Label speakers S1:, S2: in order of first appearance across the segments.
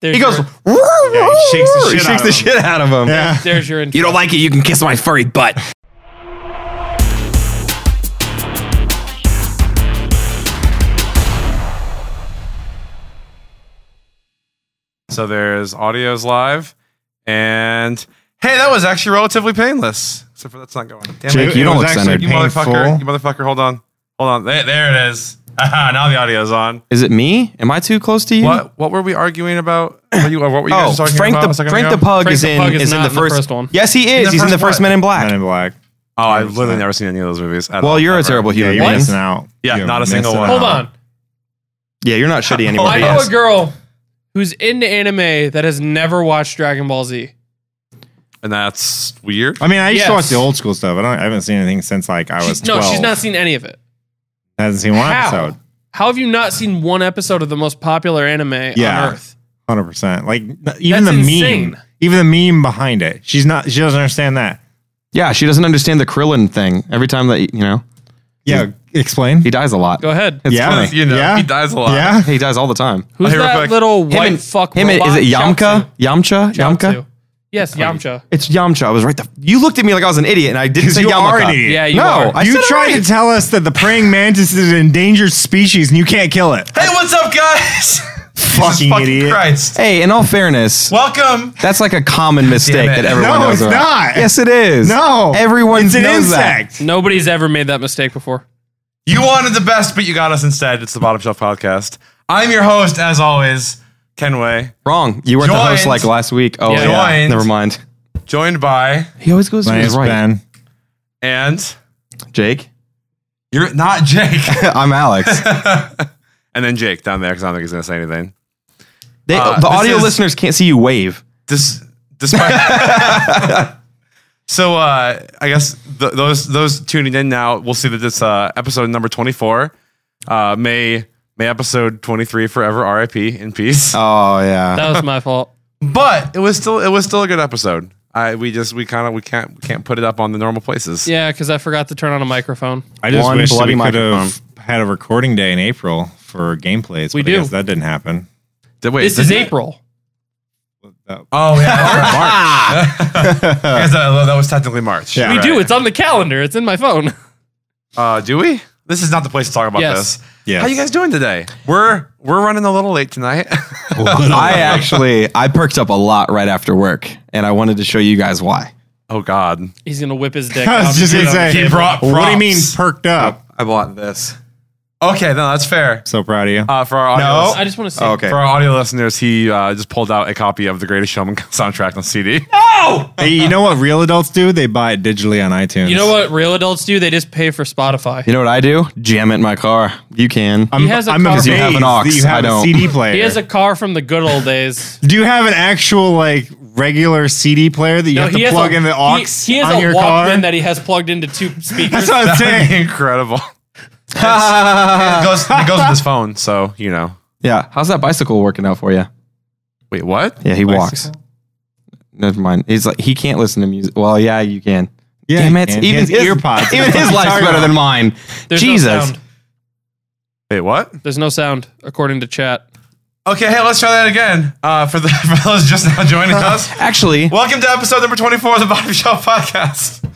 S1: There's
S2: He goes,
S1: your-
S2: "Roar,
S3: Yeah, he shakes the
S2: roar,"
S3: shit out
S2: shakes
S3: of
S2: the
S3: him.
S2: shit out of him.
S3: Yeah.
S1: There's your. Intro.
S2: You don't like it? You can kiss my furry butt.
S3: So there's audios live, and hey, that was actually relatively painless. Except for that's not going. Damn
S2: Jake,
S3: it.
S2: you
S3: It
S2: don't
S3: was
S2: look
S3: actually-
S2: centered.
S3: You motherfucker! You motherfucker! Hold on, hold on. There, there it is. Aha, now the audio's on.
S2: Is it me? Am I too close to you?
S3: What what were we arguing about? What, you, what were you guys
S2: Oh,
S3: talking
S2: Frank
S3: about? a
S2: the
S3: second
S2: Frank
S3: ago?
S2: the Pug
S1: Frank
S2: is
S1: the
S2: in
S1: Pug is
S2: is in
S1: not
S2: the
S1: in the
S2: first
S1: first one.
S2: Yes, he
S3: the
S2: is. He's in the
S3: first
S2: first
S3: one.
S2: Men in
S4: Men
S2: Black.
S4: in Black.
S3: oh, I've literally never seen any of those movies. at
S2: Well,
S3: all,
S2: you're a
S3: ever.
S2: terrible
S4: Yeah,
S2: human
S4: you're
S2: being.
S4: missing out.
S3: Yeah,
S4: You're
S3: not a single
S4: missing
S3: one.
S4: out.
S1: Hold on.
S2: Yeah, you're not shitty anymore.
S1: I know
S2: yes.
S1: a girl who's into anime that has never watched Dragon Ball Z.
S3: and that's weird.
S4: I mean, I used to watch
S1: Yes.
S4: the old school stuff. I, don't, I haven't seen anything since like I was
S1: She's, no,
S4: 12.
S1: she's not seen any of it.
S4: Hasn't seen one
S1: How?
S4: episode.
S1: How have you not seen one episode of the most popular anime
S4: Yeah.
S1: on Earth?
S4: Hundred percent. Like n- even
S1: That's
S4: the
S1: insane.
S4: meme, even the meme behind it. She's not. She doesn't understand that.
S2: Yeah, she doesn't understand the Krillin thing. Every time that you know
S4: Yeah, explain.
S2: he dies a lot.
S1: Go ahead.
S2: It's
S4: Yeah.
S2: funny.
S3: you know,
S4: Yeah.
S3: he dies a lot.
S4: yeah,
S2: He dies all the time.
S1: Who's
S3: Hey,
S1: that
S3: Rebecca.
S1: little white
S2: and-
S1: fuck?
S2: him and-
S1: robot?
S2: is it Yamka? Yamcha?
S1: Chiaotzu.
S2: Yamka?
S1: Chiaotzu. Yes, Yamcha.
S2: It's Yamcha. I was right. The, you looked at me like I was an idiot, and I didn't say
S4: you
S2: Yamcha.
S4: are an idiot.
S1: Yeah, you
S2: no,
S1: are.
S2: I
S4: you
S2: said it
S4: tried
S2: right.
S4: to tell us that the praying mantis is an endangered species and you can't kill it.
S3: Hey, what's up, guys?
S4: Fucking
S3: Jesus fucking
S4: idiot.
S3: Christ.
S2: hey, in all fairness,
S3: Welcome.
S2: that's like a common mistake
S3: it.
S2: that everyone
S4: No,
S2: knows.
S4: it's
S2: about.
S4: not.
S2: Yes, it is.
S4: No,
S2: everyone
S4: it's an
S2: knows that.
S4: insect.
S1: Nobody's ever made that mistake before.
S3: You wanted the best, but you got us instead. It's the Bottom Shelf Podcast. I'm your host, as always, Kenway,
S2: Wrong. You weren't the host
S3: Joined.
S2: like last week. Oh,
S1: Yeah.
S2: yeah.
S3: Joined.
S2: Never mind.
S3: joined by
S2: He always goes
S4: My
S2: to his
S4: name's
S2: right.
S4: Ben.
S3: and
S2: Jake.
S3: you're not Jake.
S2: I'm Alex.
S3: and then Jake down there because I don't think he's gonna say anything.
S2: They,
S3: Uh,
S2: the
S3: this
S2: audio
S3: is-
S2: listeners can't see you wave.
S3: This, despite. so uh, I guess th- those those tuning in now will see that this uh, episode number 24 uh, may may episode 23 forever RIP in peace.
S4: Um,
S2: Oh yeah.
S1: That was my fault.
S3: but it was still it was still a good episode. I we just we kind of we can't we can't put it up on the normal places.
S1: Yeah, because I forgot to turn on a microphone.
S4: I just
S2: One
S4: wish that
S2: bloody
S4: we could have
S2: microphone.
S4: had a recording day in April for gameplays.
S1: We
S4: but I
S1: do.
S4: guess that didn't happen.
S3: Did- wait,
S1: This is
S3: did-
S1: April.
S4: That-
S3: Oh yeah, I guess uh, that, that was technically March.
S4: Yeah.
S1: We
S4: Right.
S1: do. It's on the calendar. It's in my phone.
S3: Uh, do we? This is not the place to talk about
S1: Yes.
S3: this.
S4: Yes.
S3: How you guys doing today? We're we're running a little late tonight.
S2: I actually I perked up a lot right after work, and I wanted to show you guys why.
S3: oh God.
S1: He's gonna whip his dick.
S4: I
S1: out.
S4: was just gonna say.
S3: He brought
S4: What do you
S3: props.
S4: mean perked up?
S2: I bought this.
S3: Okay, no, that's fair.
S4: So proud of you.
S3: Uh, for our audio,
S4: No.
S3: lis-
S1: I just want to see.
S2: Okay.
S3: for our audio listeners, he uh, just pulled out a copy of the Greatest Showman soundtrack on CD.
S4: Hey, you know what real adults do? They buy it digitally on iTunes.
S1: You know what real adults do? They just pay for Spotify.
S2: You know what I do? Jam it in my car. You can.
S3: Um,
S4: I'm,
S1: He has a
S4: I'm
S1: car-
S4: amazed
S1: You
S2: have an aux,
S4: that you have
S2: I don't.
S4: a CD player.
S1: He has a car from the good old days.
S4: do you have an actual like regular CD player that you have
S1: he
S4: to
S1: has
S4: plug
S1: a,
S4: in the
S1: he-
S4: aux
S1: He, has
S4: on
S1: a
S4: your
S1: Walkman
S4: car?
S1: that he has plugged into two speakers.
S4: That's what I'm saying.
S3: Incredible. It's- it, goes, it goes with his phone, so you know.
S2: yeah. How's that bicycle working out for you?
S3: Wait, what?
S2: Yeah, he walks. Never mind. He's like he can't listen to music. Well, yeah, you can.
S4: Yeah,
S2: Damn it!
S4: and he
S2: Even
S4: has
S2: his
S4: earpods.
S2: Even his life's better than mine.
S1: There's No
S2: Jesus.
S1: sound.
S3: Wait, what?
S1: There's no sound, according to chat.
S3: Okay, hey, let's try that again. Uh, for the for those just now joining us,
S2: Actually,
S3: welcome to episode number twenty-four of the Bottom Shelf Podcast.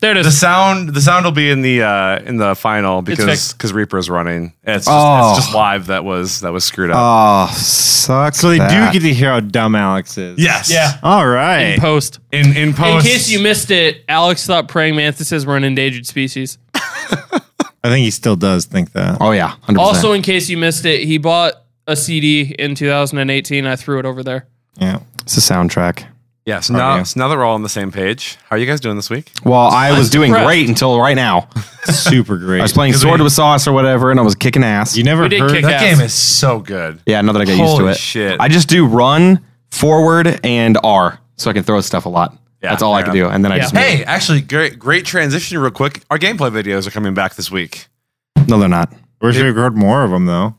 S1: There it
S3: The
S1: is.
S3: sound, the sound will be in the uh, in the final because
S1: fixed.
S3: because Reaper's running. It's just,
S2: Oh.
S3: it's just live that was that was screwed up.
S2: oh, sucks.
S4: So they
S2: that.
S4: do get to hear how dumb Alex is.
S3: yes.
S1: Yeah.
S4: All right.
S1: Post.
S3: In in
S4: Oh,
S1: In
S3: post.
S1: case you missed it, Alex thought praying mantises were an endangered species.
S4: I think he still does think that.
S2: Oh yeah, 100%.
S1: Also, in case you missed it, he bought a CD in 2018. I threw it over there.
S4: Yeah.
S2: it's a soundtrack.
S3: yeah. So now,
S4: yeah.
S3: so now that we're all on the same page, how are you guys doing this week?
S2: Well, I was doing
S1: surprised.
S2: great until right now.
S4: Super great.
S2: I was playing Sword with Sauce or whatever, and I was kicking ass.
S4: you never
S1: We did
S4: heard
S1: kick
S4: that.
S1: ass.
S3: is so good.
S2: yeah, now that I get used to
S3: Holy
S2: it.
S3: shit.
S2: I just do run, forward, and R, so I can throw stuff a lot.
S3: Yeah,
S2: That's all I
S3: fair
S2: can do, and then I
S1: Yeah.
S2: just move.
S3: Hey, actually, great great transition, real quick. Our gameplay videos are coming back this week.
S2: no, they're not.
S4: We should record more of them though.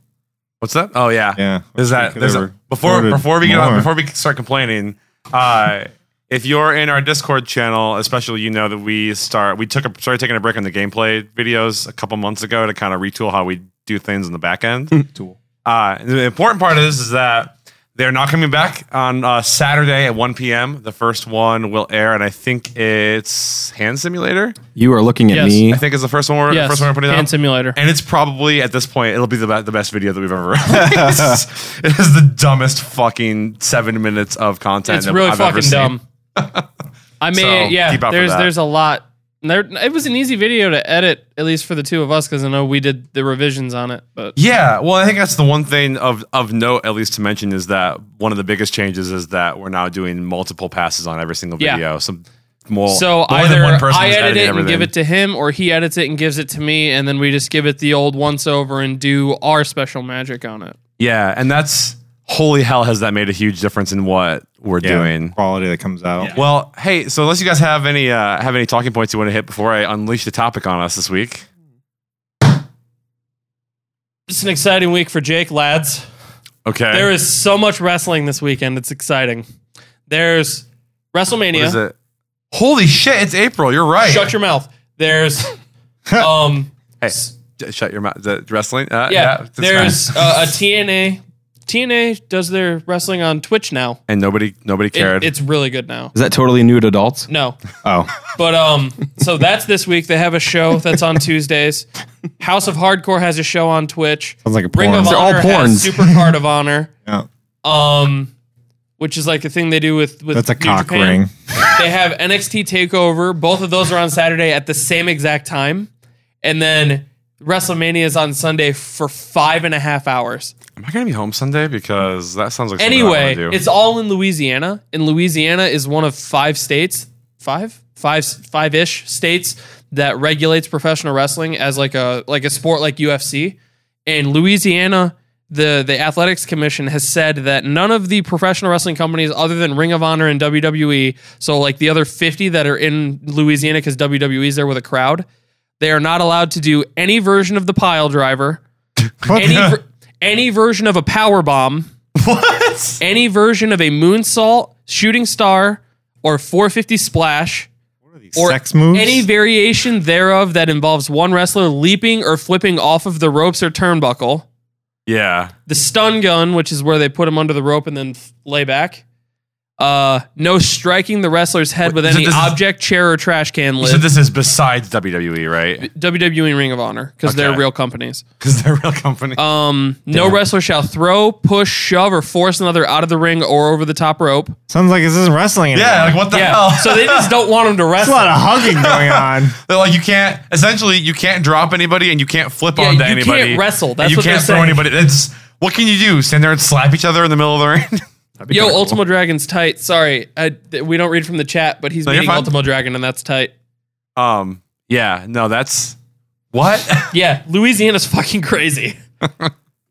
S3: What's that? Oh yeah,
S4: Yeah.
S3: There's that.
S4: Could've
S3: There's a, before
S4: recorded
S3: before we get on
S4: more.
S3: before we start complaining. Uh, if you're in our Discord channel, especially you know that we start we took a, started taking a break on the gameplay videos a couple months ago
S1: Hmm.
S3: to kind of retool how we do things in the back end.
S2: Tool.
S3: Uh, and the important part is is that They're not coming back on uh, Saturday at 1 p.m. The first one will air, and I think it's Hand Simulator.
S2: You are looking at
S1: Yes.
S2: me.
S3: I think is the first one we're
S1: Yes,
S3: the first one we're putting
S1: Hand
S3: out.
S1: Simulator.
S3: And it's probably at this point it'll be the, be- the best video that we've ever released. it is the dumbest fucking seven minutes of content.
S1: It's
S3: that
S1: really
S3: I've
S1: fucking
S3: ever seen.
S1: dumb. I mean,
S3: So,
S1: yeah.
S3: keep up with
S1: There's
S3: that.
S1: there's a lot. And There, it was an easy video to edit, at least for the two of us, because I know we did the revisions on it. But
S3: Yeah, well, I think that's the one thing of of note, at least to mention, is that one of the biggest changes is that we're now doing multiple passes on every single
S1: Yeah.
S3: video. Some more,
S1: so
S3: more than
S1: either
S3: one person
S1: I
S3: is
S1: edit
S3: editing
S1: it and give
S3: everything.
S1: it to him, or he edits it and gives it to me, and then we just give it the old once over and do our special magic on it.
S3: Yeah, and that's holy hell has that made a huge difference in what we're doing.
S4: quality that comes out.
S3: Well, hey, so unless you guys have any uh, have any talking points you want to hit before I unleash the topic on us this week,
S1: It's an exciting week for Jake, lads.
S3: okay?
S1: There is so much wrestling this weekend. It's exciting. There's WrestleMania.
S3: What is it? Holy shit! It's April. You're right.
S1: Shut your mouth. There's um
S3: Hey, j- shut your mouth. The wrestling. Uh,
S1: yeah,
S3: that's
S1: there's
S3: fine.
S1: uh, a TNA. TNA does their wrestling on Twitch now.
S3: and nobody nobody
S1: It-
S3: cared.
S1: it's really good now.
S2: Is that totally new to adults?
S1: No.
S4: Oh,
S1: But um so that's this week. They have a show that's on Tuesdays. House of Hardcore has a show on Twitch.
S4: sounds like a
S1: Ring
S4: porn.
S1: of
S2: They're all
S1: Honor has
S2: porns.
S1: Super Card of Honor.
S4: Yeah.
S1: Um which is like a thing they do with with
S4: That's a
S1: New
S4: cock
S1: Japan.
S4: ring.
S1: they have NXT Takeover. Both of those are on Saturday at the same exact time, and then WrestleMania is on Sunday for five and a half hours.
S3: Am I gonna be home Sunday? Because that sounds like something I
S1: Anyway,
S3: wanna do.
S1: it's all in Louisiana, and Louisiana is one of five states, five, five, five-ish states that regulates professional wrestling as like a like a sport like UFC. And Louisiana, the the Athletics Commission has said that none of the professional wrestling companies, other than Ring of Honor and WWE, so like the other fifty that are in Louisiana, because WWE is there with a crowd, they are not allowed to do any version of the pile driver, any ver- any version of a power bomb
S3: what?
S1: any version of a moonsault, shooting star, or 450 splash, or
S4: Sex moves.
S1: any variation thereof that involves one wrestler leaping or flipping off of the ropes or turnbuckle,
S3: Yeah.
S1: the stun gun, which is where they put him under the rope and then f- lay back. Uh, no striking the wrestler's head with
S3: so
S1: any
S3: this is-
S1: object, chair, or trash can
S3: So
S1: lid.
S3: this is besides
S1: E,
S3: WWE, right?
S1: WWE and Ring of Honor because they're
S3: Okay.
S1: real companies.
S3: Because they're a real company.
S1: Um, no wrestler shall throw, push, shove, or force another out of the ring or over the top rope.
S4: Sounds like this isn't wrestling anymore.
S3: yeah, like what the
S1: Yeah,
S3: hell?
S1: so they just don't want him to
S4: There's
S1: wrestle.
S4: a lot of hugging going on.
S3: they're like you can't. Essentially, you can't drop anybody and you can't flip
S1: Yeah,
S3: onto
S1: you
S3: anybody.
S1: can't wrestle.
S3: and
S1: That's
S3: you
S1: what
S3: can't
S1: they're
S3: throw
S1: saying.
S3: anybody. It's what can you do? Stand there and slap each other in the middle of the ring? That'd be
S1: Yo,
S3: kinda cool.
S1: Ultimo Dragon's tight. Sorry, I, th- we don't read from the chat, but he's
S3: No, you're
S1: meeting
S3: fine.
S1: Ultimo Dragon, and that's tight.
S3: Um. Yeah. No. That's what.
S1: Yeah, Louisiana's fucking crazy.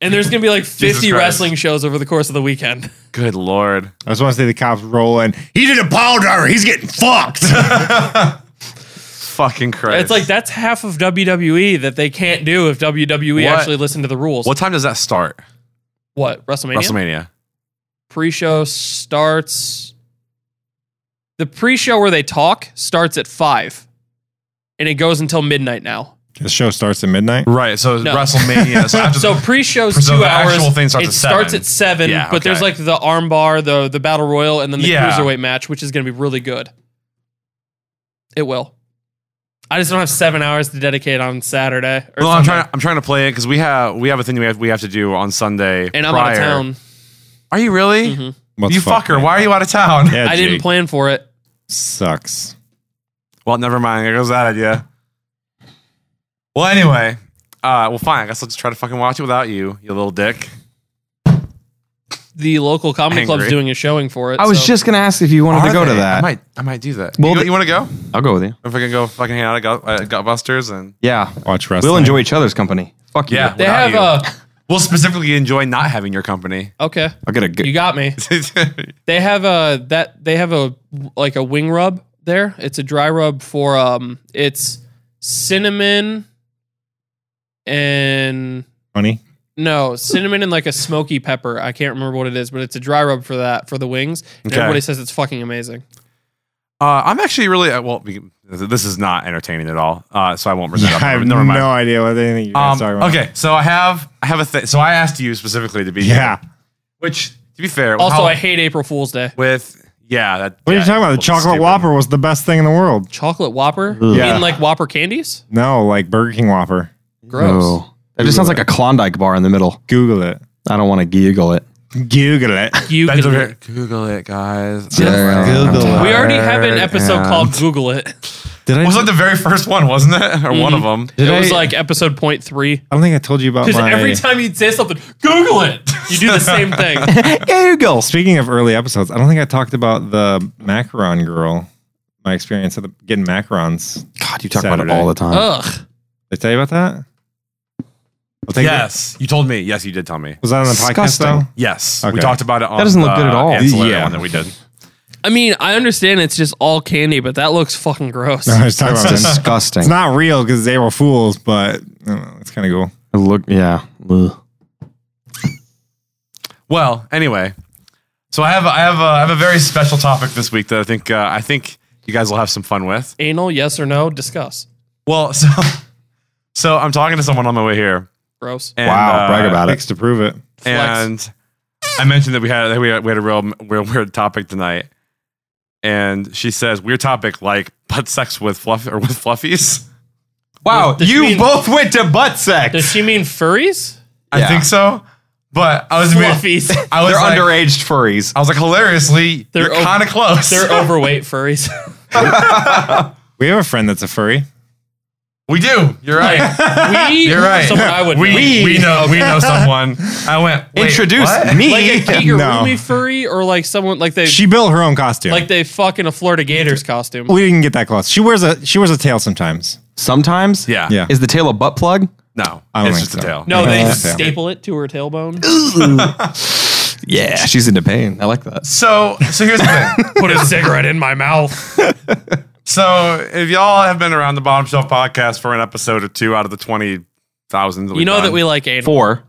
S1: and there's gonna be like 50
S3: Christ.
S1: wrestling shows over the course of the weekend.
S3: Good lord.
S4: I just want to see the cops roll in. He did a pile driver. He's getting fucked.
S3: Fucking Christ.
S1: It's like that's half of WWE that they can't do if WWE
S3: What?
S1: actually listened to the rules.
S3: What time does that start?
S1: What WrestleMania?
S3: WrestleMania.
S1: Pre-show starts. The pre-show where they talk starts at five, and it goes until midnight now.
S4: the show starts at midnight.
S3: Right. So
S1: No.
S3: WrestleMania. So after
S1: So pre-show's
S3: So
S1: two
S3: the
S1: hours.
S3: actual thing
S1: it
S3: starts at
S1: starts
S3: seven.
S1: at seven,
S3: Yeah,
S1: but there's
S3: okay.
S1: like the armbar, the the battle royal, and then the
S3: Yeah.
S1: cruiserweight match, which is going to be really good. It will. I just don't have seven hours to dedicate on Saturday. Or
S3: Well, I'm
S1: Sunday.
S3: trying. I'm trying to play it because we have we have a thing we have we have to do on Sunday.
S1: and I'm out
S3: prior.
S1: of town. Mm-hmm.
S3: Are you really?
S4: What's
S3: You
S4: fucked,
S3: fucker!
S4: man?
S3: Why are you out of town?
S4: Yeah,
S1: I didn't
S4: Jake.
S1: plan for it.
S4: Sucks.
S3: Well, never mind. There goes that idea. Well, anyway. Uh, well, fine. I guess I'll just try to fucking watch it without you, you little dick.
S1: The local comedy club's
S3: Angry.
S1: doing a showing for it.
S2: I was
S1: so-
S2: just going to ask if you wanted
S3: Are
S2: to go to
S3: they? I
S2: that.
S3: might. I might do that.
S2: Well,
S3: you,
S2: the-
S3: want to go?
S2: I'll go with you.
S3: If I can go fucking hang out at Gut, at Gutbusters and
S2: Yeah.
S4: Watch wrestling.
S2: We'll enjoy each other's company. Fuck you.
S3: yeah,
S1: They
S3: without
S1: have
S3: you.
S1: uh
S3: we'll specifically enjoy not having your company. Uh,
S1: okay.
S2: I'll get a good.
S1: You got me. They have a that they have a like a wing rub there. It's a dry rub for um it's cinnamon and
S4: Honey.
S1: no, cinnamon and like a smoky pepper. I can't remember what it is, but it's a dry rub for that for the wings. And
S3: Okay.
S1: everybody says it's fucking amazing.
S3: Uh, I'm actually really uh, well. we- This is not entertaining at all, uh, so I won't bring that
S4: I
S3: up.
S4: have
S3: Never mind.
S4: no idea what anything you guys
S3: Um,
S4: are talking about.
S3: okay, so I have I have a thing. So I asked you specifically to be here,
S4: Yeah.
S3: which to be fair,
S1: Also,
S3: how-
S1: I hate April Fool's Day.
S3: with yeah. That,
S4: What are you talking about? The chocolate Whopper was the best thing in the world.
S1: Chocolate Whopper? You
S4: Yeah.
S1: mean like Whopper candies?
S4: No, like Burger King Whopper.
S1: Gross.
S2: Oh. It just sounds like a Klondike bar in the middle.
S4: Google it.
S2: I don't want to giggle it.
S4: Google it.
S1: You
S3: Ben's
S1: can-
S3: over here. Google it, guys.
S2: Yeah. Google it.
S1: we already have an episode
S3: Yeah.
S1: called Google It.
S2: Did I?
S3: It was like the very first one, wasn't it? Or one of them.
S1: It was like episode point three.
S4: I don't think I told you about
S1: Because
S4: my.
S1: every time you'd say something, Google it. You do the same thing.
S2: Google.
S4: Speaking of early episodes, I don't think I talked about the macaron girl. My experience of the, getting macarons.
S2: God, you talk about it
S4: Saturday.
S2: all the time.
S1: Ugh.
S4: Did I tell you about that? I'll take it.
S3: Yes, you told me. Yes, you did tell me.
S4: Was that on the podcast
S2: Disgusting.
S4: though?
S3: Yes, we
S4: Okay.
S3: talked about it. on
S2: That doesn't look
S3: the
S2: good at all.
S3: ancillary
S4: Yeah.
S3: one that we did.
S1: I mean, I understand it's just all candy, but that looks fucking gross.
S4: No, I was talking about it.
S2: Disgusting.
S4: It's not real because they were fools, but I don't know, it's kind of cool.
S2: It look, yeah. Ugh.
S3: Well, anyway, so I have I have a, I have a very special topic this week that I think uh, I think you guys will have some fun with.
S1: Anal, yes or no? Discuss.
S3: Well, so so I'm talking to someone on my way here.
S1: Gross.
S3: And, uh,
S2: Wow, brag about it.
S4: Thanks to prove it.
S3: And I mentioned that we had that we had, we had a real, real weird topic tonight, and she says weird topic like butt sex with fluff or with fluffies.
S2: Wow,
S1: Does she mean-
S2: both went to butt sex.
S1: Does she mean furries?
S3: I
S2: Yeah.
S3: think so, but I was
S1: Fluffies.
S3: I was
S2: They're
S3: like,
S2: underage furries.
S3: I was like hilariously,
S1: They're
S3: you're
S1: over-
S3: kind of close.
S1: They're overweight furries.
S4: We have a friend that's a furry.
S3: we do. You're right.
S1: Like, we,
S3: You're right.
S1: Someone I would
S3: we,
S1: know.
S3: we know we know someone. I went wait,
S2: Introduce
S3: what?
S2: me.
S1: like a Giger
S4: No.
S1: Rumi furry or like someone like they
S4: She built her own costume.
S1: like they fuck in a Florida Gators costume.
S4: we didn't get that close. She wears a she wears a tail sometimes.
S2: Sometimes,
S3: Yeah.
S4: Yeah.
S2: Is the tail a butt plug?
S3: No,
S4: I don't
S3: it's
S4: think
S3: just a
S4: so.
S3: tail.
S1: No, they
S4: Yeah.
S1: staple it to her tailbone.
S2: Yeah, she's into pain. I like that.
S3: So so here's the thing.
S1: Put a cigarette in my mouth.
S3: So if y'all have been around the Bottom Shelf podcast for an episode or two out of the twenty thousand,
S1: You know that we like anal.
S2: Four.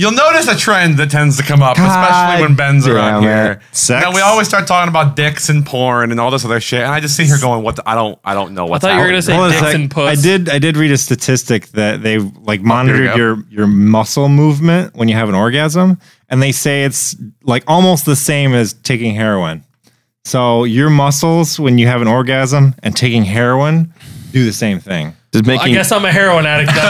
S3: You'll notice a trend that tends to come up, especially when Ben's around
S2: damn
S3: here.
S2: it.
S4: Sex?
S3: Now we always start talking about dicks and porn and all this other shit, and I just sit here going, "What? The, I don't, I don't know
S1: I
S3: what's."
S1: thought you were
S3: happening.
S1: gonna say
S4: Hold on a
S1: dicks
S4: sec.
S1: and puss.
S4: I did I did read a statistic that they like monitored
S3: go.
S4: your your muscle movement when you have an orgasm, and they say it's like almost the same as taking heroin. So your muscles when you have an orgasm and taking heroin do the same thing.
S2: Does
S1: I
S2: making
S1: guess I'm a heroin addict. though.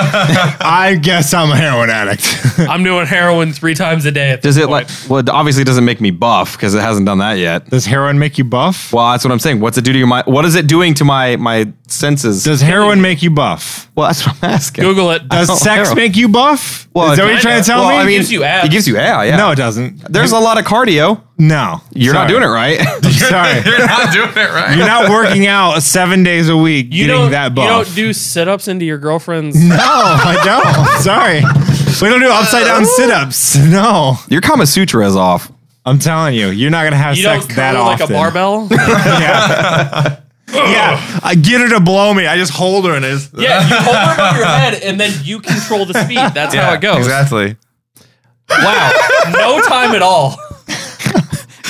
S4: I guess I'm a heroin addict.
S1: I'm doing heroin three times a day. At this
S2: does it like well it obviously doesn't make me buff because it hasn't done that yet.
S4: Does heroin make you buff?
S2: Well, that's what I'm saying. What's it do to your mind? What is it doing to my my senses?
S4: Does heroin make you buff?
S2: well, that's what I'm asking.
S1: Google it.
S4: Does
S2: don't-
S4: sex
S2: heroin-
S4: make you buff?
S2: Well,
S4: Is that what
S2: kinda.
S4: you're trying to tell
S2: Well,
S4: me?
S2: I mean,
S1: gives you abs.
S2: It gives you yeah, yeah.
S4: no, it doesn't.
S2: There's a lot of cardio.
S4: no.
S2: You're not
S4: Sorry.
S2: doing it right.
S4: Sorry.
S3: You're not doing it right.
S4: You're not working out seven days a week
S1: you
S4: getting
S1: don't.
S4: that
S1: you
S4: buff.
S1: don't do sit-ups into your girlfriend's.
S4: no, I don't. Sorry. We don't do upside
S1: Uh,
S4: down sit ups. No.
S2: Your Kama Sutra is off.
S4: I'm telling you, you're not going to have
S1: You
S4: sex
S1: don't
S4: that
S1: curl like
S4: often.
S1: a barbell.
S4: Yeah. yeah. I get her to blow me. I just hold her and it's.
S1: yeah, you hold her above your head and then you control the speed. That's how it goes.
S3: Exactly.
S1: Wow, no time at all.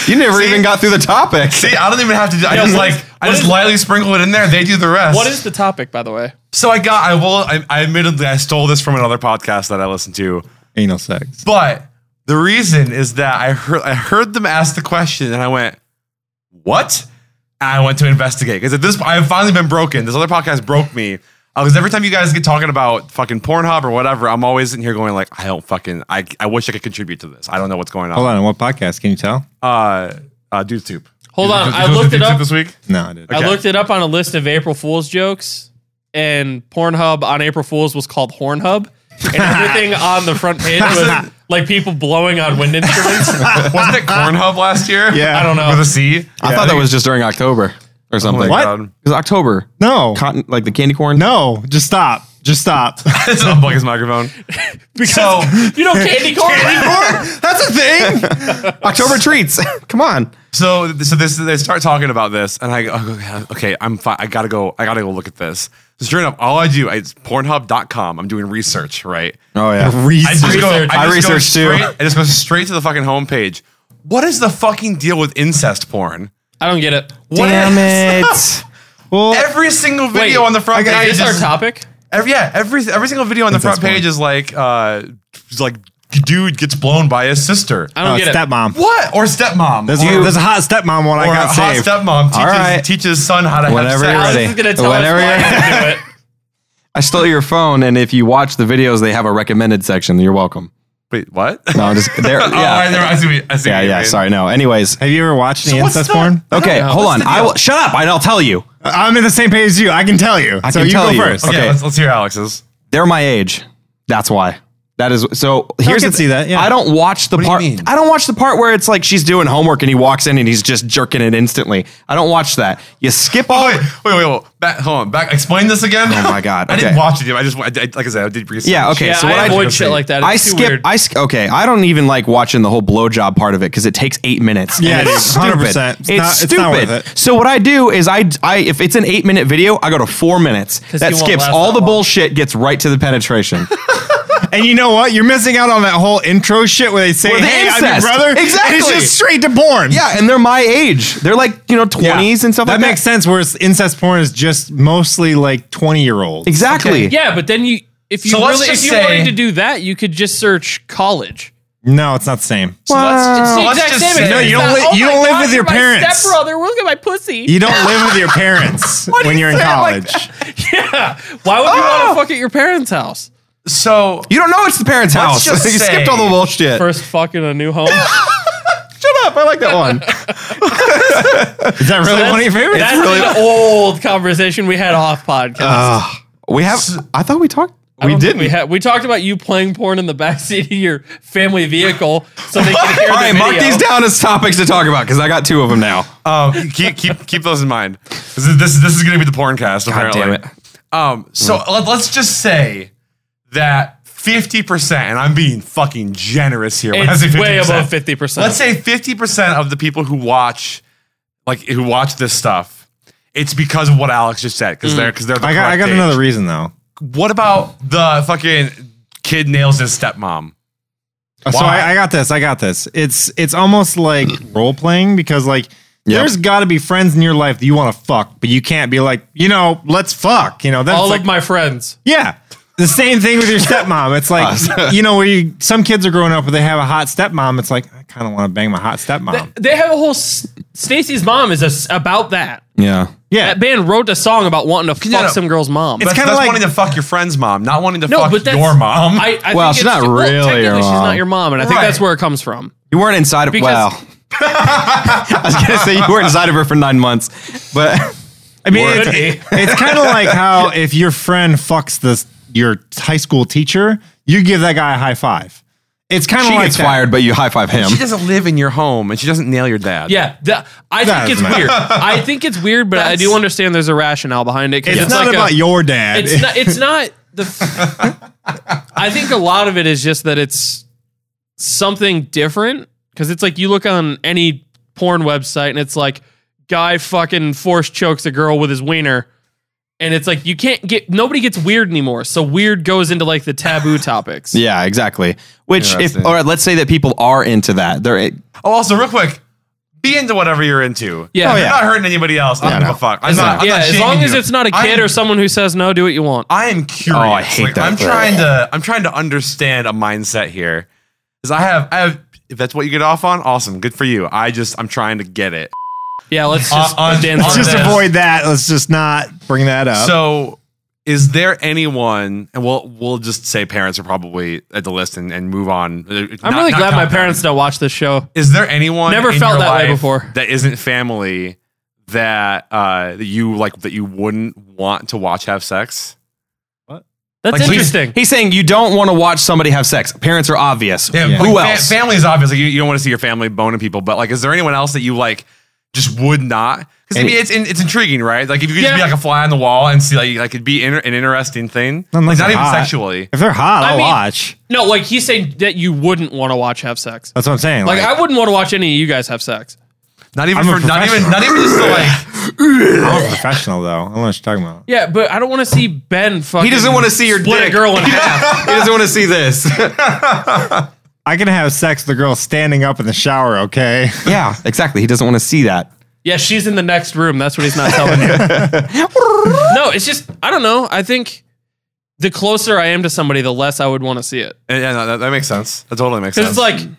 S2: You never even got through the topic.
S3: See, I don't even have to. do I
S1: Yeah,
S3: just
S1: what
S3: like,
S1: is-
S3: I
S1: what
S3: just
S1: is-
S3: lightly sprinkle it in there. They do the rest.
S1: What is the topic, by the way?
S3: So I got. I will. I, I admittedly, I stole this from another podcast that I listened to.
S4: Anal sex.
S3: But the reason is that I heard I heard them ask the question and I went, "What?" And I went to investigate because at this I've finally been broken. This other podcast broke me because every time you guys get talking about fucking Pornhub or whatever, I'm always in here going like, "I don't fucking I I wish I could contribute to this. I don't know what's going on."
S4: Hold on. What podcast? Can you tell?
S3: Uh, uh, dude, soup.
S1: Hold on, I
S3: Did you listen
S1: looked
S3: to
S1: it
S3: Dude Soup
S1: up.
S3: this week.
S4: No, I didn't.
S1: I
S3: Okay.
S1: looked it up on a list of April Fool's jokes, and Pornhub on April Fool's was called Hornhub, and everything on the front page was like people blowing on wind instruments.
S3: Wasn't it Cornhub last year?
S4: Yeah.
S1: I don't know.
S3: With a C.
S2: I thought that was just during October or something.
S3: Oh my
S2: What?
S3: God.
S2: It was October.
S4: No.
S2: Cotton, like the candy corn.
S4: No. Just stop. Just stop.
S3: It's unplug his microphone. so
S1: you know, candy corn.
S2: that's a thing. October treats. Come on.
S3: So, so this they start talking about this, and I go, "Oh, okay, I'm fine. I gotta go. I gotta go look at this. So sure enough, all I do is Pornhub.com. I'm doing research, right?
S2: Oh yeah.
S3: I just go.
S1: Research.
S3: I,
S2: I
S3: just go
S2: research too.
S3: straight, I just go straight to the fucking homepage. What is the fucking deal with incest porn?
S1: I don't get it.
S3: What
S2: Damn
S3: is-
S2: it.
S4: Well,
S3: every single video
S1: Wait,
S3: on the front
S1: Is
S3: page.
S1: this our
S3: Is,
S1: topic?
S3: every, yeah, every every single video on the
S4: Incest
S3: front page is like uh, like dude gets blown by his sister.
S1: I don't
S4: Uh,
S1: get it.
S4: stepmom.
S3: What? Or stepmom.
S4: There's,
S3: or,
S4: there's a hot stepmom one I
S3: or a
S4: got
S3: hot
S4: saved.
S3: stepmom teaches,
S2: All right.
S3: teaches son how to
S2: Whenever
S3: have
S2: you're
S3: sex.
S2: ready.
S1: Alex is gonna tell
S2: Whatever
S1: us why
S2: you're-
S1: I do it.
S2: I stole your phone, and if you watch the videos, they have a recommended section. You're welcome.
S3: Wait, what?
S2: No, I'm just there.
S3: Oh, right there.
S2: Yeah,
S3: I see. what you- I see
S2: yeah,
S3: what you
S2: yeah.
S3: mean.
S2: Sorry. No. Anyways,
S4: Have you ever watched any
S3: what's
S4: incest
S3: that?
S4: porn?
S2: okay.
S1: know.
S2: Hold
S1: What's
S2: on.
S1: the
S2: I
S1: deal?
S2: will shut up. and I'll tell you.
S4: I'm in the same page as you. I can tell you.
S2: I
S4: so
S2: can
S4: you
S2: tell
S4: go
S2: you.
S4: first.
S3: Okay,
S2: Okay.
S3: Let's, let's hear Alex's.
S2: They're my age. That's why. That is so. Here's
S4: can
S2: the,
S4: see that, yeah.
S2: I don't watch the
S3: do you
S2: part.
S3: mean?
S2: I don't watch the part where it's like she's doing homework and he walks in and he's just jerking it instantly. I don't watch that. You skip all.
S3: Oh, wait, wait, wait, wait. Back, hold on. Back. Explain this again.
S2: Oh my God,
S3: I didn't
S2: okay.
S3: watch it. I just, I, did- like I said, I did research.
S2: Yeah. Okay.
S1: Yeah,
S2: so what
S1: I
S2: I,
S1: avoid shit like that. It's
S2: I
S1: too
S2: skip.
S1: weird.
S2: I sk- okay. I don't even like watching the whole blowjob part of it because it takes eight minutes.
S4: Yeah,
S2: and
S4: it
S2: it's
S4: is.
S2: stupid. It's,
S4: 100%. It's not- it's
S2: stupid.
S4: not worth it.
S2: So what I do is I, I if it's an eight minute video, I go to four minutes.
S1: 'Cause
S2: That
S1: you won't
S2: skips
S1: last
S2: all
S1: that
S2: the
S1: long.
S2: bullshit. Gets right to the penetration.
S4: And you know what? You're missing out on that whole intro shit where they say,
S2: With the
S4: "Hey, I'm your
S2: incest.
S4: brother." And it's
S2: Exactly.
S4: just straight to porn.
S2: yeah, and they're my age. They're like you know twenties and stuff
S4: That
S2: like
S4: makes sense. Whereas incest porn is just mostly like 20 year olds.
S2: Exactly.
S1: Yeah, but then you if you
S3: So let's
S1: really if
S3: just
S1: you
S3: say-
S1: wanted to do that, you could just search college.
S4: No, it's not the same.
S1: It's
S2: Wow.
S1: the
S3: let's
S1: exact
S3: just
S1: same
S3: say-
S1: thing.
S3: No, you
S1: It's
S4: don't
S1: not, oh
S4: li- you
S1: my
S4: don't live
S1: God,
S4: with your
S1: you're my
S4: parents."
S1: Stepbrother, look at my pussy.
S4: You don't live with your parents
S1: do
S4: when
S1: you
S4: you're in
S1: say it like
S4: college.
S1: yeah. Why would you
S3: Oh!
S1: want to fuck at your parents' house?
S3: So
S2: You don't know it's the parents' house.
S3: Let's just
S2: you
S3: say-
S2: skipped all the bullshit.
S1: First fucking a new home.
S2: Shut up. I like that one.
S4: Is that really one of your favorites?
S1: That's an old conversation we had off podcast.
S3: Oh.
S2: we have. I thought we talked.
S1: I
S2: We
S1: don't think
S2: didn't.
S1: We, had, we talked about you playing porn in the backseat of your family vehicle so they could hear
S2: all right,
S1: the
S2: mark
S1: video.
S2: these down as topics to talk about because I got two of them now.
S3: um, keep keep keep those in mind. This is this, is- this is going to be the porn cast.
S2: God
S3: Apparently.
S2: damn it.
S3: Um, so
S1: Mm.
S3: let, us just say that fifty percent, and I'm being fucking generous here. when I
S1: It's
S3: say
S1: way
S3: 50%.
S1: above fifty percent.
S3: Let's say fifty percent of the people who watch, like who watch this stuff, it's because of what Alex just said.
S1: Mm.
S3: Because they're because they're. The
S4: I got, I
S3: correct
S4: got
S3: age.
S4: another reason though.
S3: What about the fucking kid nails his stepmom?
S4: So
S3: Why?
S4: I, I got this. I got this. It's it's almost like role playing because like there's got to be friends in your life that you want to fuck, but you can't be like you know let's fuck. You know that's
S1: all
S4: like
S1: of my friends.
S4: yeah. The same thing with your stepmom. It's like you know where you some kids are growing up where they have a hot stepmom. It's like I kind of want to bang my hot stepmom.
S1: They have a whole. S- Stacy's mom is a s about that.
S2: Yeah.
S4: yeah,
S1: That band wrote a song about wanting to
S3: no,
S1: fuck
S3: no.
S1: some girl's mom.
S4: It's
S3: That's,
S4: kinda
S3: that's
S4: like-
S3: wanting to fuck your friend's mom, not wanting to fuck your mom.
S1: I, I
S2: Well,
S1: think
S2: she's
S1: it's-
S2: not
S1: well,
S2: really your
S1: technically She's not
S2: mom.
S1: your mom, and I think
S3: Right.
S1: that's where it comes from.
S2: You weren't inside of.
S1: Because-
S2: wow. I was gonna say you weren't inside of her for nine months, but
S4: I mean,
S1: Could
S4: it's,
S1: be.
S4: it's kind of like how if your friend fucks this your high school teacher, you give that guy a high five. It's kind of
S2: she
S4: like
S2: gets
S4: that.
S2: fired, but you high five him.
S3: she doesn't live in your home, and she doesn't nail your dad.
S1: Yeah, the- I
S4: That
S1: think it's
S4: doesn't
S1: weird. I think it's weird, but I do
S3: That's-
S1: understand there's a rationale behind it. 'cause
S4: It's, not
S1: like
S4: about
S1: a,
S4: your dad.
S1: It's not. It's not the. f- I think a lot of it is just that it's something different because it's like you look on any porn website and it's like guy fucking force chokes a girl with his wiener. And it's like you can't get nobody gets weird anymore. So weird goes into like the taboo topics.
S2: Yeah, exactly. Which, if
S3: Interesting.
S2: or let's say that people are into that, they're
S3: Oh, also, real quick, be into whatever you're into.
S1: Yeah. Oh,
S3: You're
S1: yeah.
S3: not hurting anybody else. I don't give a fuck. I'm not, I'm
S1: yeah,
S3: not
S1: as
S3: shaming
S1: long as
S3: you.
S1: it's not a kid
S3: I'm-
S1: or someone who says no, do what you want.
S3: I am curious.
S2: Oh, I hate
S3: Like,
S2: that
S3: I'm
S2: word.
S3: trying to. I'm trying to understand a mindset here, because I have. I have. If that's what you get off on, awesome. Good for you. I just. I'm trying to get it.
S1: Yeah, let's just
S3: Uh, on-
S1: dance.
S3: on
S1: on
S4: just
S1: this.
S3: this.
S4: avoid that. Let's just not bring that up.
S3: So, is there anyone? And we'll we'll just say parents are probably at the list and, and move on. Uh,
S1: I'm really glad my parents don't watch this show.
S3: Is there anyone
S1: Never
S3: in
S1: felt
S3: your
S1: that way
S3: life
S1: before.
S3: that isn't family that uh that you like that you wouldn't want to watch have sex?
S1: That's
S3: Like,
S1: interesting.
S2: He's saying you don't want to watch somebody have sex. Parents are obvious.
S3: Like,
S2: Who
S3: fa-
S2: else?
S3: family is obvious. Like, you, you don't want to see your family boning people, but like, is there anyone else that you like just would not? Because I
S2: Any-
S3: mean, it's in- it's intriguing, right? Like, if you could just be
S1: Yeah.
S3: like a fly on the wall and see like like it'd be inter- an interesting thing. Like,
S4: Unless
S3: not
S4: they're
S3: even
S4: hot.
S3: sexually.
S4: If they're hot,
S1: I
S4: I'll
S1: mean-
S4: watch.
S1: no, like he's saying that you wouldn't want to watch have sex.
S4: That's what I'm saying.
S1: Like
S4: Like,
S1: I wouldn't want to watch any of you guys have sex.
S3: Not even
S4: I'm a
S3: for not even not even just to, like.
S4: I'm a professional though. I don't know what you're talking about.
S1: Yeah, but I don't want to see Ben fucking.
S2: He doesn't want to see your
S1: split
S2: dick.
S1: a girl in half.
S2: he doesn't want to see this.
S4: I can have sex with a girl standing up in the shower. Okay.
S2: yeah, exactly. He doesn't want to see that.
S1: Yeah, she's in the next room. That's what he's not telling you. no, it's just I don't know. I think the closer I am to somebody, the less I would want to see it.
S3: Yeah, yeah, no, that, that makes sense. That totally makes sense.
S1: Because it's like,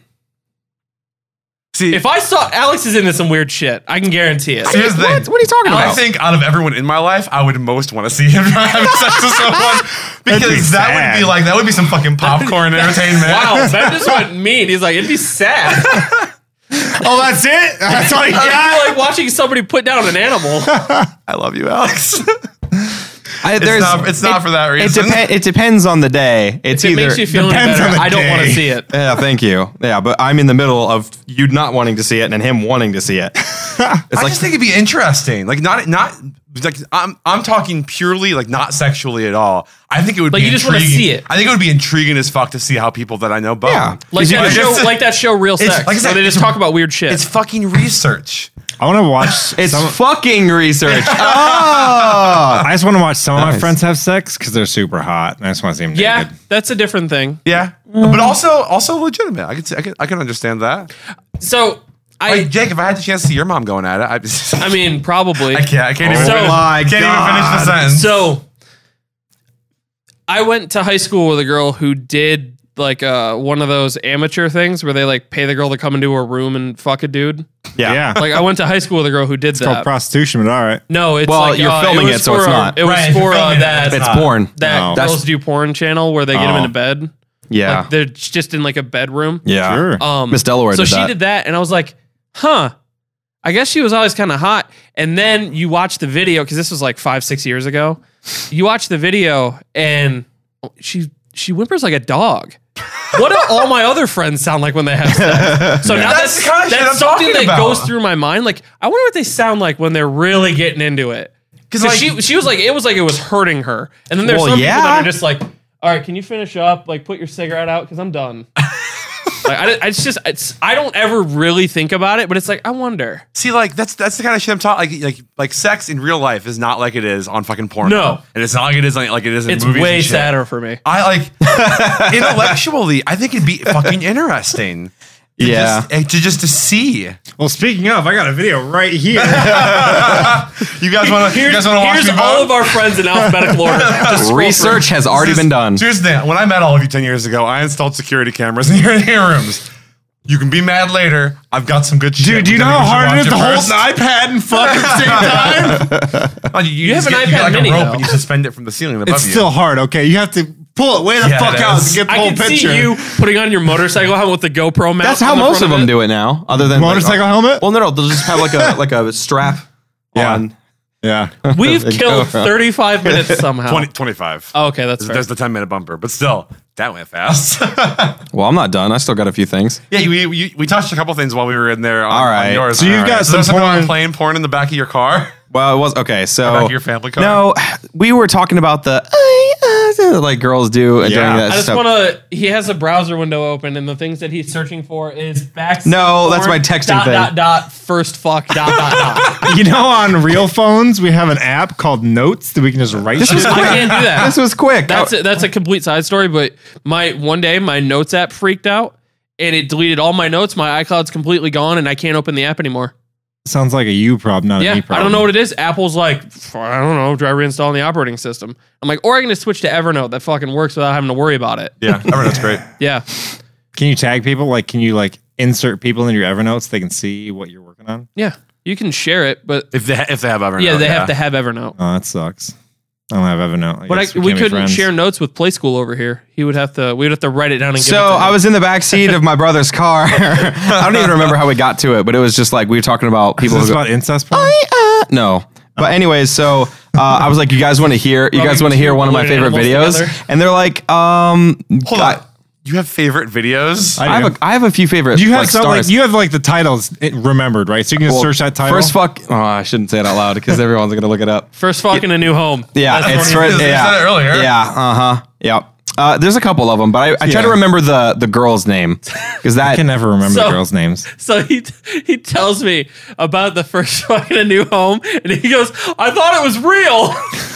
S3: see,
S1: if I saw Alex is into some weird shit, I can guarantee it.
S3: see, here's the
S2: What?
S3: thing.
S2: What are you talking
S3: I
S2: about?
S3: think out of everyone in my life, I would most want to see him having sex with someone because
S4: be
S3: that would
S4: sad.
S3: be like that would be some fucking popcorn entertainment.
S1: Wow, that just went mean. He's like, it'd be sad.
S4: Oh, that's it? That's all you got?
S1: I'd be like watching somebody put down an animal.
S3: I love you, Alex.
S2: I,
S3: it's not, it's not for that
S2: It,
S3: reason.
S2: depen- it depends on the day. It's
S1: If it
S2: either
S1: makes you feel any
S4: depends
S1: better,
S4: on the
S1: I don't want to
S4: day.
S1: see it.
S2: Yeah, thank you. Yeah, but I'm in the middle of you not wanting to see it and him wanting to see it. It's
S3: I
S2: like
S3: just think it'd be interesting. Like not not like I'm I'm talking purely like not sexually at all. I think it would
S1: Like,
S3: be
S1: you just wanna
S3: intriguing.
S1: see it.
S3: I think it would be intriguing as fuck to see how people that I know bone.
S2: Yeah.
S1: Like
S2: Did you-
S1: that
S3: I
S1: show,
S3: guess-
S1: like that show, Real
S3: It's-
S1: Sex.
S3: like I said,
S1: where they just
S3: it's-
S1: talk about weird shit.
S3: It's fucking research.
S4: I want to watch.
S2: it's
S4: some,
S2: fucking research. oh,
S4: I just want to watch some of
S2: Nice.
S4: my friends have sex because they're super hot. And I just want to see them
S1: yeah,
S4: naked.
S1: that's a different thing.
S3: Yeah,
S1: Mm.
S3: but also also legitimate. I could see- I could I can understand that.
S1: So I,
S3: Like Jake, if I had the chance to see your mom going at it, I'd be,
S1: I mean, probably.
S3: I can't I can't even
S1: So-
S3: finish,
S2: my
S3: can't even finish
S2: God.
S3: the sentence.
S1: So I went to high school with a girl who did like uh, one of those amateur things where they like pay the girl to come into her room and fuck a dude.
S2: yeah.
S4: Yeah.
S1: Like I went to high school with a girl who did
S4: called
S1: that.
S4: prostitution, but all right.
S1: no, it's
S2: Well,
S1: like,
S2: you're
S1: uh,
S2: filming
S1: was
S2: it, so it's
S1: for, uh,
S2: not.
S1: It was
S3: Right, if you're
S1: for uh,
S3: filming it,
S1: that
S2: It's
S3: not-
S2: porn.
S1: that
S4: No.
S1: girls do porn channel where they get them
S4: Oh.
S1: into bed.
S2: yeah.
S1: Like they're just in like a bedroom.
S2: yeah.
S4: Sure.
S1: Um,
S2: Miss Delaware
S1: So
S2: did
S1: she
S2: that.
S1: did that, and I was like, huh. I guess she was always kind of hot. And then you watch the video because this was like five, six years ago. You watch the video, and she she whimpers like a dog. What do all my other friends sound like when they have sex? So now
S3: That's
S1: that's,
S3: the kind of shit
S1: that's
S3: I'm
S1: something
S3: talking
S1: that
S3: about.
S1: goes through my mind. Like, I wonder what they sound like when they're really getting into it.
S3: 'Cause,
S1: Because
S3: like-
S1: she she was like, it was like it was hurting her. And then there's
S2: Well,
S1: some people
S2: yeah.
S1: that are just like, all right, can you finish up? Like, put your cigarette out because I'm done. Like, I, I- it's just it's, I don't ever really think about it, but it's like I wonder.
S3: See, like that's that's the kind of shit I'm talking. Like, like, like sex in real life is not like it is on fucking porn.
S1: No.
S3: and it's not like it is on, like it is in
S1: It's
S3: movies.
S1: way
S3: and shit.
S1: sadder for me.
S3: I like intellectually. I think it'd be fucking interesting. To
S2: Yeah.
S3: just, eh, to just to see.
S4: Well, speaking of, I got a video right here.
S3: You guys want to? You guys
S1: Here's,
S3: want to watch
S1: here's
S3: me
S1: all
S3: vote?
S1: of our friends in alphabetical order. Just scroll
S2: Research has already
S3: Here's-
S2: been done.
S3: Here's the thing. When I met all of you ten years ago, I installed security cameras in your, in your rooms. You can be mad later. I've got some good shit.
S4: Dude, do you
S3: We
S4: know
S3: can-
S4: how
S3: we should
S4: hard it
S3: watch
S4: is to hold
S3: first.
S4: an iPad and fuck at the same time?
S3: Oh, you, you
S1: have
S3: just
S1: an
S3: get- you
S1: iPad
S3: get like
S1: mini,
S3: a rope
S1: though.
S3: and you suspend it from the ceiling above
S4: It's
S3: you.
S4: still hard, okay? You have to pull it way the
S3: Yeah,
S4: fuck
S3: it
S4: out
S3: is.
S4: to get the
S1: I
S4: whole
S1: can
S4: picture.
S1: see you putting on your motorcycle helmet with the GoPro mount.
S2: That's how
S1: on the
S2: most of
S1: front
S2: them
S1: it.
S2: do it now. Other than like- uh,
S4: Motorcycle helmet?
S2: well, no, no, they'll just have like a like a strap
S4: Yeah.
S2: on.
S4: yeah.
S1: We've
S2: The
S1: killed
S2: GoPro.
S1: 35 minutes somehow.
S3: 20, 25.
S1: Oh, okay, that's fair.
S3: There's the 10 minute bumper, but still, that went fast.
S2: Well, I'm not done. I still got a few things.
S3: yeah, we, we, we touched a couple things while we were in there on,
S2: All
S3: on
S2: right.
S3: yours.
S4: So you've
S3: All
S4: got
S3: So
S4: some
S3: there's something
S4: porn-
S3: on playing porn in the back of your car.
S2: Well, it was okay. So
S3: Back of your family car?
S2: Oh. No, we were talking about the "I, uh," like girls do during
S4: Yeah.
S2: that
S1: I just
S2: stuff.
S1: want to. He has a browser window open, and the things that he's searching for is back.
S2: No, that's my texting
S1: dot,
S2: thing.
S1: Dot dot first fuck dot dot dot.
S4: You know, on real phones, we have an app called Notes that we can just write
S2: This
S4: shit.
S2: was
S1: I
S2: quick.
S1: can't do that.
S2: This was quick.
S1: That's a, that's a complete side story. But my one day my notes app freaked out, and it deleted all my notes. My iCloud's completely gone, and I can't open the app anymore.
S4: Sounds like a you problem, not a
S1: Yeah,
S4: me
S1: I
S4: problem.
S1: don't know what it is. Apple's like, "F- I don't know. Try reinstalling the operating system. I'm like, or I can just switch to Evernote that fucking works without having to worry about it.
S3: Yeah, Evernote's great.
S1: Yeah.
S4: Can you tag people? Like, can you like insert people into your Evernote so they can see what you're working on?
S1: Yeah. You can share it, but
S3: If they, ha- if they have Evernote.
S1: yeah, they have to have Evernote.
S4: Oh, that sucks. I don't have Evernote. I
S1: But
S4: guess
S1: I, we
S4: can't be
S1: couldn't
S4: friends.
S1: share notes with Play School over here. He would have to. We would have to write it down and. give
S2: So
S1: it to him.
S2: I was in the back seat of my brother's car. I don't even remember how we got to it, but it was just like we were talking about people.
S4: Is
S2: Who
S4: this
S2: go,
S4: about incest porn?
S2: "I, uh," no, but anyways, so uh, I was like, "You guys want to hear? You guys
S1: Rubbing
S2: want to hear
S1: two
S2: one of my
S1: balloon
S2: favorite
S1: animals
S2: videos?"
S1: together.
S2: And they're like, "Um,
S3: Hold
S2: God,
S3: on. You have favorite videos?
S4: I
S2: I have a, I have a few favorite.
S4: you have
S2: like,
S4: some,
S2: stars.
S4: like you have like the titles it- remembered, right? So you can just
S2: Well,
S4: search that title.
S2: First fuck. Oh, I shouldn't say it out loud because everyone's gonna look it up.
S1: first fucking a new home.
S2: Yeah,
S1: That's
S2: it's
S1: one of
S2: first.
S3: you
S2: yeah,
S3: said it earlier.
S2: Yeah. Uh huh. Yep. Uh, there's a couple of them, but I, I try
S4: Yeah.
S2: to remember the the girl's name because that
S4: I can never remember
S1: So-
S4: the girls' names.
S1: So he he tells me about the first fucking a new home, and he goes, "I thought it was real."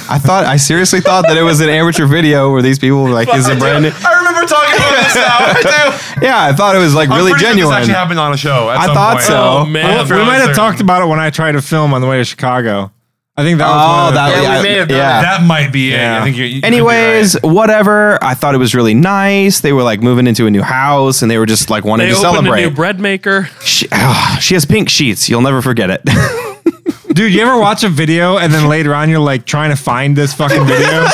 S2: I thought I seriously thought that it was an amateur video where these people were like, "Is
S3: I
S2: it
S3: do.
S2: brand new?"
S3: I remember talking about this now. I do.
S2: Yeah, I thought it was like
S3: I'm
S2: really
S3: pretty sure
S2: genuine.
S3: this actually happened on a show. at
S2: I
S3: some
S2: thought
S3: point.
S2: so.
S1: Oh man,
S4: we might have
S3: certain.
S4: talked about it when I tried to film on the way to Chicago. I think that was one
S2: Oh,
S4: of the-
S2: that
S3: Yeah, we may have done
S2: yeah.
S3: That might be it.
S4: Yeah.
S3: I think you, you could be
S2: Anyways, whatever. I thought it was really nice. They were like moving into a new house, and they were just like wanting
S1: They
S2: to
S1: opened a
S2: celebrate.
S1: new bread maker.
S2: she, ah, she has pink sheets. You'll never forget it.
S4: dude. You ever watch a video and then later on you're like trying to find this fucking video?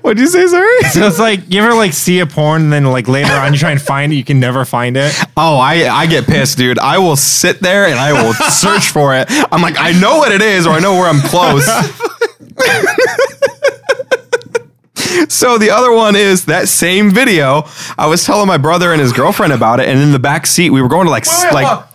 S2: What'd you say, sorry?
S4: so it's like you ever like see a porn and then like later on you try and find it, you can never find it.
S2: Oh, I I get pissed, dude. I will sit there and I will search for it. I'm like, I know what it is, or I know where I'm close. so the other one is that same video. I was telling my brother and his girlfriend about it, and in the back seat we were going to like s-
S3: Wait, wait,
S2: like.
S3: hold on.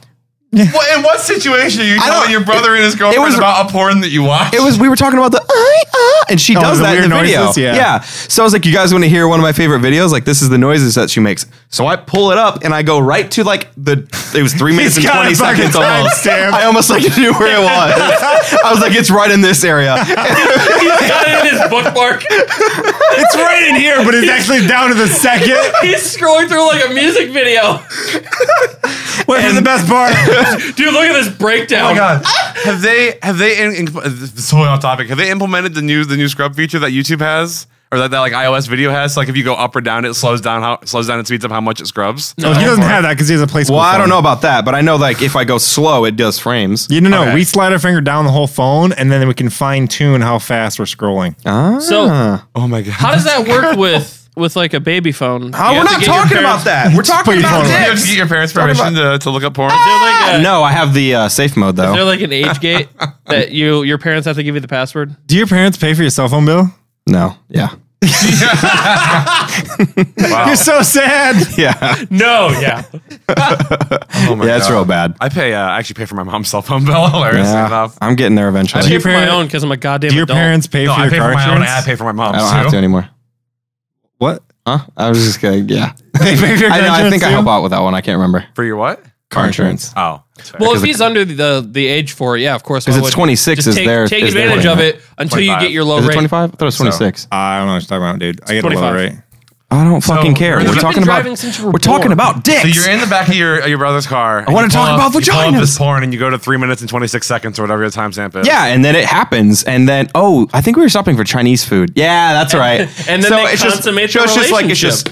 S3: What, in what situation are you
S2: don't-
S3: telling your brother and his girlfriend
S2: was-
S3: about a porn that you watched?
S2: It was we were talking about the "Ah, ah," and she does
S4: the
S2: that in the
S4: weird
S2: video.
S4: noises?
S2: yeah.
S4: Yeah.
S2: So I was like, you guys want to hear one of my favorite videos? Like this is the noises that she makes. So I pull it up and I go right to like the it was three minutes and
S4: got
S2: twenty
S4: a fucking
S2: seconds almost.
S4: timestamp.
S2: I almost like knew where it was. I was like, it's right in this area.
S1: He's got it in his bookmark.
S4: It's right in here, but it's actually down to the second.
S1: He's scrolling through like a music video.
S4: Wait for the best part.
S1: Dude, look at this breakdown.
S3: Oh my god! have they have they in, in, this is totally off topic? Have they implemented the new the new scrub feature that YouTube has, or that, that like iOS video has? So, like if you go up or down, it slows down how slows down and speeds up how much it scrubs.
S4: Oh, he doesn't have that because he has a place.
S2: well, I don't know about that, but I know like if I go slow, it does frames.
S4: You don't know.
S3: Okay.
S4: We slide our finger down the whole phone, and then we can fine tune how fast we're scrolling.
S2: Uh-huh.
S1: So
S3: Oh my god!
S1: how does that work with with like a baby phone?
S2: Oh, we're not talking about that. We're talking
S4: pretty
S2: about
S4: funny.
S3: you have to
S2: this.
S3: get your parents' permission to, to look up porn?
S1: They're like, a,
S2: No, I have the uh, safe mode
S1: they're
S2: though.
S1: like an age gate that you your parents have to give you the password.
S4: Do your parents pay for your cell phone bill?
S2: No, yeah,
S4: You're so sad.
S2: yeah,
S1: No, yeah.
S3: Oh my
S2: yeah. It's
S3: God.
S2: real bad.
S3: I pay. Uh, I actually pay for my mom's cell phone bill. Hilariously
S2: Yeah,
S3: enough.
S2: I'm getting there eventually.
S1: I pay for my
S4: parent-
S1: own because I'm a goddamn
S4: Do your
S1: adult.
S4: parents pay
S3: No,
S4: for
S3: I
S4: your
S3: pay
S4: car
S3: for my own.
S4: insurance?
S3: and I pay for my mom's
S2: I don't have
S3: too.
S2: to anymore.
S4: What?
S2: Huh? I was just kidding. Yeah.
S4: They pay for your
S2: I,
S4: car
S2: know, I
S4: insurance
S2: think I
S4: too?
S2: help out with that one. I can't remember.
S3: For your what?
S2: Car insurance.
S3: Oh, that's fair.
S1: Well, if he's under the the age for it, yeah, of course.
S2: 'Cause
S1: why
S2: it's
S1: would-
S2: 26
S1: just
S2: is
S1: take,
S2: their-
S1: Take
S2: is their
S1: advantage
S2: limit.
S1: of it until you
S3: 25.
S1: get your low
S2: Is it
S1: rate.
S2: 25? I thought it was 26.
S4: I don't know what you're talking about, dude. I get a low
S1: 25.
S4: rate.
S2: I don't fucking care.
S3: we're
S2: We're
S3: in the-
S2: talking
S1: You've been
S2: about
S1: driving since you
S2: we're
S1: were
S2: talking
S1: born.
S2: about dicks.
S3: So you're in the back of your your brother's car. I
S2: wanna talk about
S3: You pull up this
S2: vaginas.
S3: porn and you go to three minutes and twenty six seconds or whatever your timestamp is.
S2: yeah, and then it happens, and then oh, I think we were stopping for Chinese food. Yeah, that's right.
S1: and then they consummate the
S2: so it's just like it's just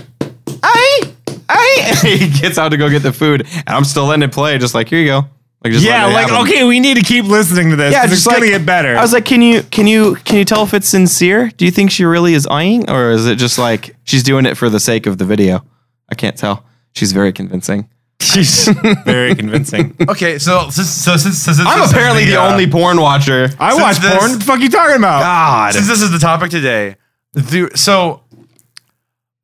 S2: I I he gets out to go get the food, and I'm still letting it play, just like here you go. Like just
S4: Yeah,
S2: letting it
S4: like
S2: happen.
S4: okay, we need to keep listening to this.
S2: Yeah,
S4: Yeah, it's
S2: just
S4: gonna
S2: like-
S4: get better.
S2: I was like, can you can you can you tell if it's sincere? Do you think she really is eyeing, or is it just like she's doing it for the sake of the video? I can't tell. She's very convincing.
S4: She's very convincing.
S3: Okay, so since so since, since
S2: I'm
S3: since
S2: apparently the
S3: uh,
S2: only porn watcher.
S4: I
S3: Since
S4: watch
S3: this-
S4: porn. What the fuck you talking about?
S2: God.
S3: since this is the topic today. The, so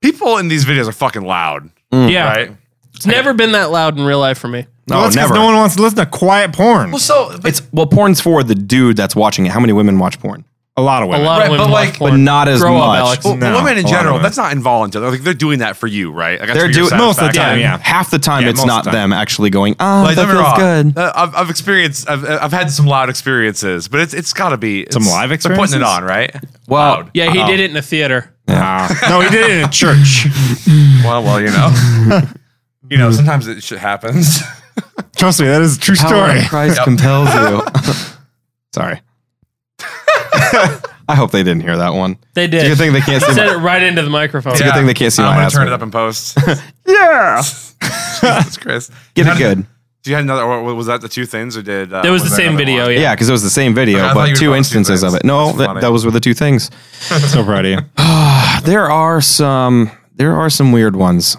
S3: people in these videos are fucking loud,
S1: Yeah,
S3: right?
S1: it's never been that loud in real life for me.
S2: No,
S4: that's 'cause
S2: never.
S4: no one wants to listen to quiet porn.
S3: Well, so but,
S2: it's well, porn's for the dude that's watching it. How many women watch porn?
S4: A lot of
S1: A
S4: women.
S1: lot
S3: Right,
S1: of women
S3: but
S1: watch
S3: like-
S1: porn.
S2: but not as
S1: Grow up,
S2: much.
S1: Alex.
S3: well,
S4: no,
S3: women
S4: a lot
S3: in
S4: of
S3: general,
S4: women.
S3: that's not involuntary. Like they're doing that for you, right? Like, that's
S2: They're
S3: for your
S2: doing- most
S4: of the
S3: satisfaction.
S4: time, yeah.
S2: Half the time,
S4: Yeah,
S2: it's
S4: most
S2: not
S4: of the time.
S2: them actually going. Ah,
S3: Like,
S2: that
S3: don't get me
S2: feels
S3: wrong.
S2: good.
S3: Uh, I've, I've experienced. I've, I've had some loud experiences, but it's it's got to be
S4: Some
S3: it's-
S4: live
S3: They're putting
S4: experiences?
S3: it on, right?
S2: Well,
S3: Loud.
S1: yeah, he did it in a theater.
S4: Nah. no, he did it in a church.
S3: Well, well, you know, you know, sometimes it shit happens.
S4: Trust me, that is a true
S2: Power
S4: story.
S2: of Christ compels you. Sorry. I hope they didn't hear that one.
S1: They
S2: It's a
S1: did.
S2: good thing they can't see.
S1: Said it
S2: My,
S1: right into the microphone.
S2: good thing they can't see
S3: I'm
S2: my
S3: gonna turn
S2: asshole.
S3: it up in post.
S2: yeah.
S3: Jesus Christ.
S2: Get
S3: You
S2: it
S3: had-
S2: good.
S3: Do you had another? Or was that the two things, or did uh,
S1: It was the
S3: there
S1: same
S3: another
S1: video.
S3: one?
S1: Yeah.
S2: Yeah, because it was the same video,
S3: I thought you
S2: but
S3: were
S2: two
S3: talking
S2: instances
S3: two
S2: of
S3: things.
S2: it. No,
S3: That's
S2: that,
S3: funny.
S2: those were the two things.
S4: So proud of you.
S2: There are some. There are some weird ones.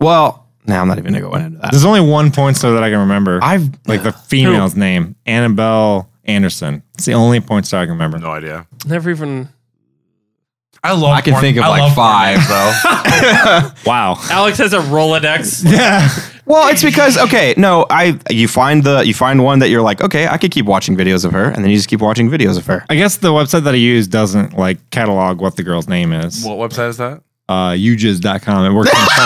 S2: Well, now I'm not even gonna go into that.
S4: There's only one porn star that I can remember.
S2: I've
S4: like the female's name, Annabelle Anderson. It's the only porn star I can remember.
S3: No idea.
S1: Never even.
S3: I love.
S2: I can
S3: porn-
S2: think of
S3: I
S2: like
S3: love porn
S2: five
S3: names.
S2: though.
S4: Wow.
S1: Alex has a Rolodex.
S4: Yeah.
S2: well, it's because okay, no, I you find the you find one that you're like, okay, I could keep watching videos of her, and then you just keep watching videos of her.
S4: I guess the website that I use doesn't like catalog what the girl's name is.
S3: What website is that?
S4: Uh, ujiz.com. It works on the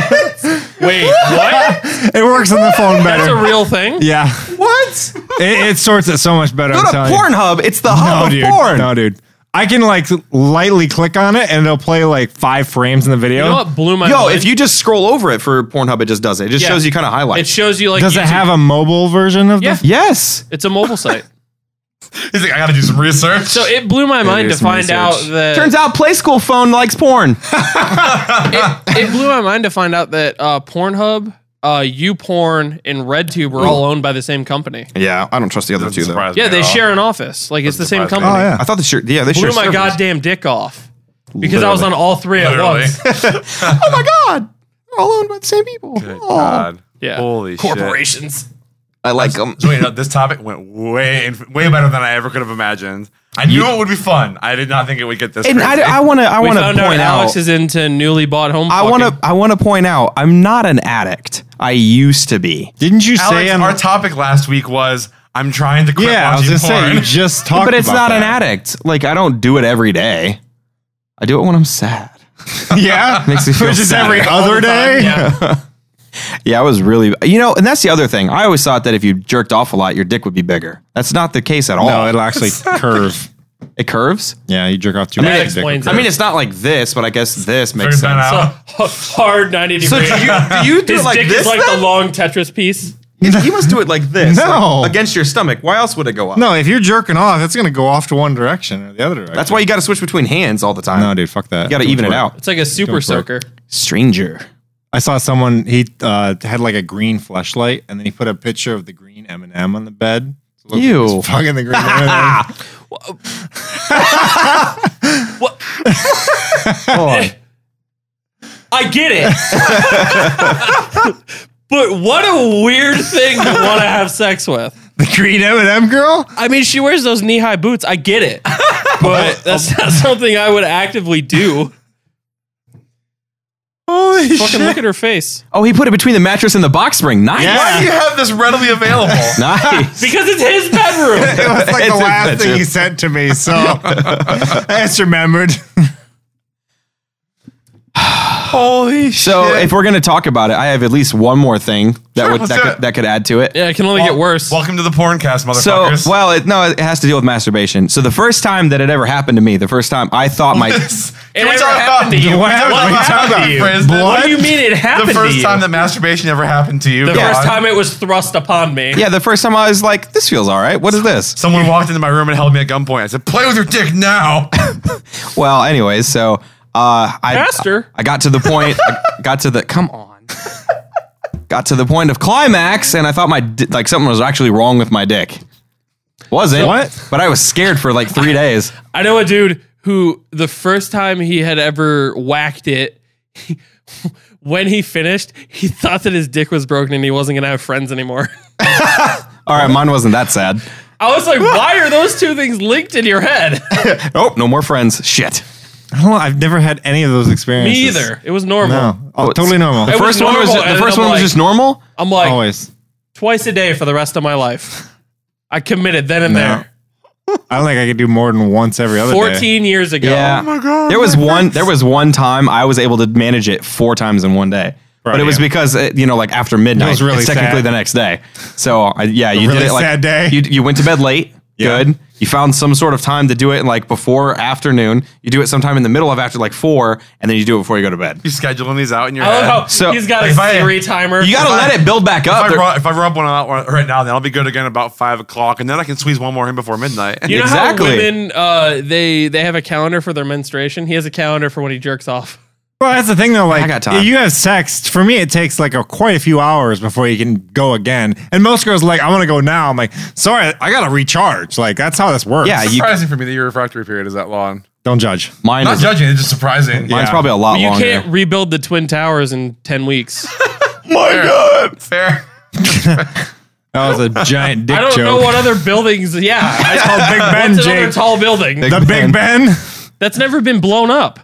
S4: phone better.
S1: Wait. Wait. What?
S4: It works on the phone
S1: That's a
S4: better.
S1: real thing.
S4: Yeah.
S2: What?
S4: It, it sorts it so much better.
S2: Go
S4: I'm
S2: to
S4: telling you.
S2: Pornhub. It's the hub
S4: No,
S2: of
S4: dude.
S2: porn.
S4: No, dude. I can like lightly click on it and it'll play like five frames in the video.
S1: You know what blew my
S2: Yo,
S1: mind?
S2: if you just scroll over it for Pornhub, it just does it. It just
S1: Yeah.
S2: shows you kind of highlights.
S1: it shows you like
S4: Does it
S1: YouTube-
S4: have a mobile version of
S1: Yeah.
S4: the?
S2: yes.
S1: It's a mobile site.
S3: He's like, I gotta do some research.
S1: So it blew my mind
S2: do
S1: to
S2: some
S1: find
S2: research.
S1: out that
S2: Turns out Play School phone likes porn.
S1: it blew my mind to find out that uh, Pornhub, uh, YouPorn, and RedTube are all owned by the same company.
S2: yeah, I don't trust the other
S3: Doesn't
S2: two though.
S3: surprise me
S1: Yeah, they
S3: at all.
S1: share an office. Like it's the same
S3: surprise
S1: company.
S3: me.
S4: Oh yeah.
S2: I thought they sure. Yeah, they
S1: Blew
S2: sure.
S1: my goddamn dick off because I was on all three
S3: Literally.
S1: at once.
S2: Oh my god, they're all owned by the same people.
S3: Good
S2: Oh.
S3: God.
S1: Yeah.
S3: Holy shit.
S1: Corporations.
S2: I like them.
S3: So wait, no, this topic went way, in- way better than I ever could have imagined. I knew it would be fun. I did not think it would get this.
S2: And
S3: crazy.
S2: I, I want to. I
S1: We
S2: want to
S1: found out
S2: point out.
S1: Alex is into newly bought home.
S2: I want to. I want to point out. I'm not an addict. I used to be.
S4: Didn't you say
S3: Alex,
S4: on
S3: our topic last week was I'm trying to quit
S4: Yeah, I was
S3: watching
S4: gonna say you
S3: porn.
S4: just talked.
S2: but it's
S4: about
S2: not an
S4: that.
S2: addict. Like I don't do it every day. I do it when I'm sad.
S4: Yeah,
S2: Makes me feel
S4: which is
S2: sad.
S4: every other day.
S2: Yeah, I was really. You know, and that's the other thing. I always thought that if you jerked off a lot, your dick would be bigger. That's not the case at all.
S4: No, it'll actually curve.
S2: it curves.
S4: Yeah, you jerk off too
S1: That
S4: much.
S1: explains
S2: I
S1: it.
S2: mean, it's not like this, but I guess this makes
S3: Figured that
S2: sense.
S3: out.
S1: hard ninety
S2: So
S1: degrees.
S2: do you do, you do
S1: His
S2: it like
S1: dick
S2: this?
S1: is like
S2: then?
S1: the long Tetris piece.
S2: He- he must do it like this.
S4: No.
S2: like, against your stomach. Why else would it go up?
S4: No, if you're jerking off, it's gonna go off to one direction or the other direction.
S2: That's why you got to switch between hands all the time.
S4: No, dude, fuck that.
S2: you got to even it out.
S1: It's like a super
S4: Don't work.
S1: soaker.
S2: Stranger.
S4: I saw someone he uh, had like a green flashlight, and then he put a picture of the green M and M on the bed. So it looked like
S2: Ew.
S4: he was fucking the green M&M.
S1: What?
S2: Oh,
S1: I get it. but what a weird thing to want to have sex with.
S4: the green M and M girl.
S1: I mean, she wears those knee high boots. I get it. But that's not something I would actively do.
S4: Holy
S1: Fucking look at her face.
S2: oh, he put it between the mattress and the box spring. Nice.
S4: Yeah.
S3: Why do you have this readily available?
S2: Nice.
S1: Because it's his bedroom.
S4: It was like
S2: It's
S4: the
S2: in
S4: last
S2: bed,
S4: thing
S2: too.
S4: he sent to me, so I just remembered.
S3: Holy shit.
S2: So if we're gonna talk about it, I have at least one more thing that
S3: Sure,
S2: would
S3: let's
S2: that
S3: do
S2: could,
S3: it.
S2: that could add to it.
S1: yeah, it can only get worse.
S3: Welcome to the porncast,
S2: So
S3: motherfuckers.
S2: well, it, no, it has to deal with masturbation. So the first time that it ever happened to me, the first time I thought my
S1: It
S3: Can we
S1: never
S3: talk about
S1: happened to you.
S3: Can we
S4: What
S3: talk
S4: happened-
S3: about
S4: what happened
S3: that,
S4: to you?
S3: Frizz? The-
S1: What do you mean it happened?
S3: The
S1: to
S3: first
S1: you?
S3: time that masturbation ever happened to you.
S1: The
S3: Go
S1: first
S3: on.
S1: time it was thrust upon me.
S2: yeah, the first time I was like, this feels all right. What is this?
S3: Someone walked into my room and held me at gunpoint. I said, "Play with your dick now."
S2: Well, anyways, so uh, I
S1: Faster.
S2: I got to the point. I got to the come on. Got to the point of climax, and I thought my di- like something was actually wrong with my dick. Wasn't
S4: What?
S2: But I was scared for like three days.
S1: I know a dude who the first time he had ever whacked it, he- when he finished, he thought that his dick was broken and he wasn't gonna have friends anymore.
S2: All right, mine wasn't that sad.
S1: I was like, why are those two things linked in your head?
S2: Oh, no more friends. Shit.
S4: I don't know, I've never had any of those experiences.
S1: Me either. It was normal.
S4: No, oh, totally
S2: The
S4: normal.
S1: was
S2: first one was
S1: normal,
S2: ju-
S1: and
S2: the
S1: then
S2: first
S1: I'm
S2: one was
S1: like-
S2: just normal.
S1: I'm like
S4: Always.
S1: twice a day for the rest of my life. I committed then and
S4: No.
S1: there.
S4: I don't think I could do more than once every other day.
S1: 14 years ago.
S2: Yeah.
S4: Oh God.
S2: There was one. There was one time I was able to manage it four times in one day. But
S4: Right,
S2: it was
S4: yeah.
S2: because uh you know, like after midnight,
S4: was really
S2: it's technically
S4: sad.
S2: the next day. So I, yeah, you
S4: really
S2: did it like
S4: sad day.
S2: You, you went to bed late.
S4: Yeah.
S2: Good. You found some sort of time to do it, like before afternoon. You do it sometime in the middle of after like four, and then you do it before you go to bed.
S3: you scheduling these out in your
S1: I
S3: head.
S1: love how
S2: So-
S1: he's got
S3: Like,
S1: a
S3: if I-
S1: Siri timer.
S2: You got to
S3: If I-
S2: let it build back
S3: if,
S2: up.
S3: I
S2: There-
S3: rub, if I rub one out right now, then I'll be good again about five o'clock, and then I can squeeze one more in before midnight.
S1: You know
S2: Exactly.
S1: how women uh, they they have a calendar for their menstruation. He has a calendar for when he jerks off.
S4: Well, that's the thing though. Like,
S2: I got time.
S4: you have sex. For me, it takes like a, quite a few hours before you can go again. And most girls are like, I want to go now. I'm like, sorry, I gotta recharge. Like, that's how this works.
S2: yeah,
S3: It's
S2: you,
S3: surprising for me that your refractory period is that long.
S4: Don't judge.
S2: mine
S3: Not
S2: is,
S3: judging, it's just surprising.
S2: mine's
S4: yeah.
S2: probably a lot
S1: you
S2: longer.
S1: can't rebuild the twin towers in ten weeks.
S3: My God, fair.
S4: That was a giant dick
S1: I don't
S4: joke.
S1: know what other buildings. Yeah, I
S4: Oh, Big Ben,
S1: What's another
S4: Jake.
S1: tall building
S4: the Big Ben.
S1: that's never been blown up?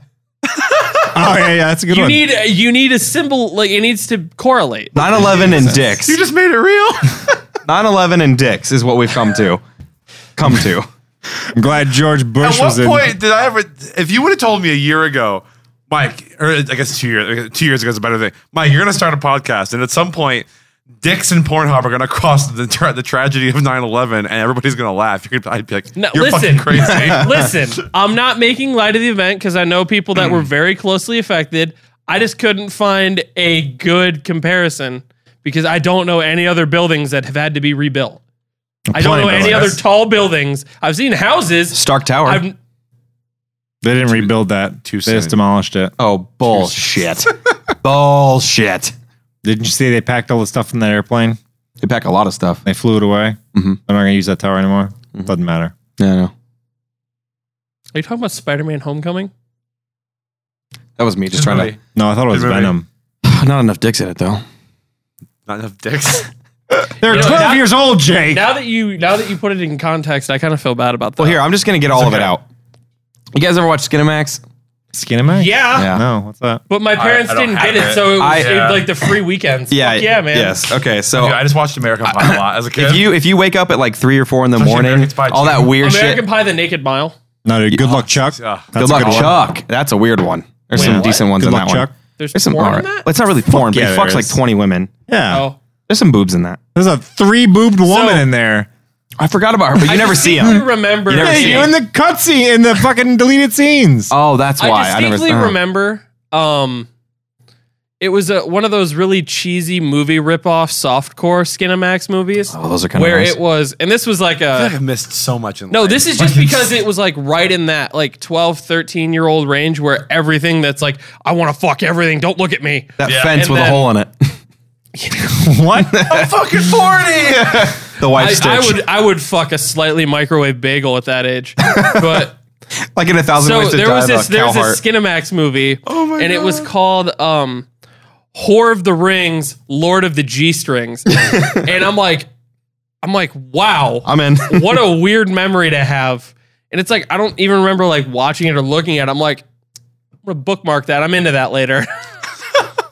S4: Oh yeah, yeah, that's a good
S1: You
S4: one.
S1: need you need a symbol like it needs to correlate.
S2: 9/11 and dicks.
S3: You just made it real.
S2: 9/11 and dicks is what we've come to. Come to.
S4: I'm glad George Bush
S3: At what
S4: was in.
S3: point did I ever? If you would have told me a year ago, uh, Mike, or I guess two years, two years ago is a better thing. Mike, you're gonna start a podcast, and at some point, dicks and Pornhub are going to cross the, tra- the tragedy of 9 11 and everybody's going to laugh. You're, I'd be like,
S1: No,
S3: you're
S1: listen.
S3: fucking crazy.
S1: Listen, I'm not making light of the event because I know people that were very closely affected. I just couldn't find a good comparison because I don't know any other buildings that have had to be rebuilt. I don't
S4: Plenty
S1: know
S4: of
S1: any other
S4: buildings.
S1: tall buildings. I've seen houses.
S2: Stark Tower.
S1: I've,
S4: They didn't rebuild that. Too
S3: Too
S4: they
S3: soon.
S4: just demolished it.
S2: oh, bullshit. bullshit.
S4: Didn't you see they packed all the stuff in that airplane?
S2: They pack a lot of stuff.
S4: They flew it away.
S2: Mhm.
S4: I'm not going to use that tower anymore.
S2: Mm-hmm.
S4: Doesn't matter.
S2: Yeah, I know.
S1: are you talking about Spider-Man: Homecoming?
S2: That was me just trying
S3: Really,
S4: No, I thought it was
S3: Good movie.
S4: Venom.
S2: to. Not enough dicks in it, though.
S3: Not enough dicks.
S4: They're
S1: You know,
S4: 12
S1: now-
S4: years old, Jake.
S1: Now that you now that you put it in context, I kind of feel bad about that.
S2: Well, here, I'm just going to get all of it out. You guys ever watch Skinamax?
S4: Skinemax?
S1: yeah,
S2: Yeah.
S4: No, what's that?
S1: but my parents
S3: I don't
S1: didn't get
S3: have
S1: it,
S3: it.
S1: so it was
S2: I-
S1: it was like the free weekends.
S2: Yeah.
S1: Fuck yeah, man.
S2: Yes. Okay. So
S3: Dude, I just watched American Pie a lot as a kid.
S2: if you if you wake up at like three or four in the
S3: Especially
S2: morning,
S3: American Pie
S2: all that
S3: too.
S2: weird
S1: American
S2: shit.
S1: Pie: The Naked Mile.
S4: No, dude. Good luck, Chuck.
S3: Yeah.
S2: Good
S4: That's a
S2: luck,
S4: one.
S2: Chuck. That's a weird one. There's
S1: Wait,
S2: some
S1: what?
S2: decent ones
S4: Good
S2: in
S4: luck,
S2: that
S4: Chuck.
S2: one.
S1: There's
S2: There's some.
S1: porn
S2: all
S1: in
S2: right.
S1: that.
S2: Well, It's not really porn, but
S4: yeah,
S2: he
S4: there
S2: fucks like
S4: is.
S2: 20 women.
S4: Yeah.
S1: Oh.
S2: There's some boobs in that.
S4: There's a three boobed woman in there.
S2: I forgot about her, but you never see
S1: distinctly
S2: him.
S1: Remember,
S2: You never
S4: Hey,
S2: see
S4: you in the cutscene in the fucking deleted scenes.
S2: Oh, that's why.
S1: I
S2: never
S1: distinctly
S2: uh-huh.
S1: remember. Um, it was a, one of those really cheesy movie ripoff softcore Skinamax movies
S2: Oh, those are kind
S1: where
S2: of nice.
S1: it was, and this was like
S3: I feel like
S1: a.
S3: I've missed so much in
S1: No,
S3: life.
S1: this is just because it was like right in that like 12, 13 year old range where everything that's like, I want to fuck everything. Don't look at me.
S2: that
S3: Yeah.
S2: fence
S1: And
S2: with
S1: then-
S2: a hole in it.
S4: What?
S3: I'm fucking 40.
S2: The wife
S1: I,
S2: stitch.
S1: I would I would fuck a slightly microwave bagel at that age. But
S2: like in a thousand
S1: so
S2: ways to
S1: there
S2: die
S1: was
S2: about
S1: this there was
S2: cow heart.
S1: this Skinamax movie,
S3: my
S1: and it was called um, "Whore of the Rings, Lord of the G Strings," and I'm like, I'm like, wow,
S2: I'm in.
S1: what a weird memory to have. And it's like I don't even remember like watching it or looking at. it. I'm like, I'm gonna bookmark that. I'm into that later.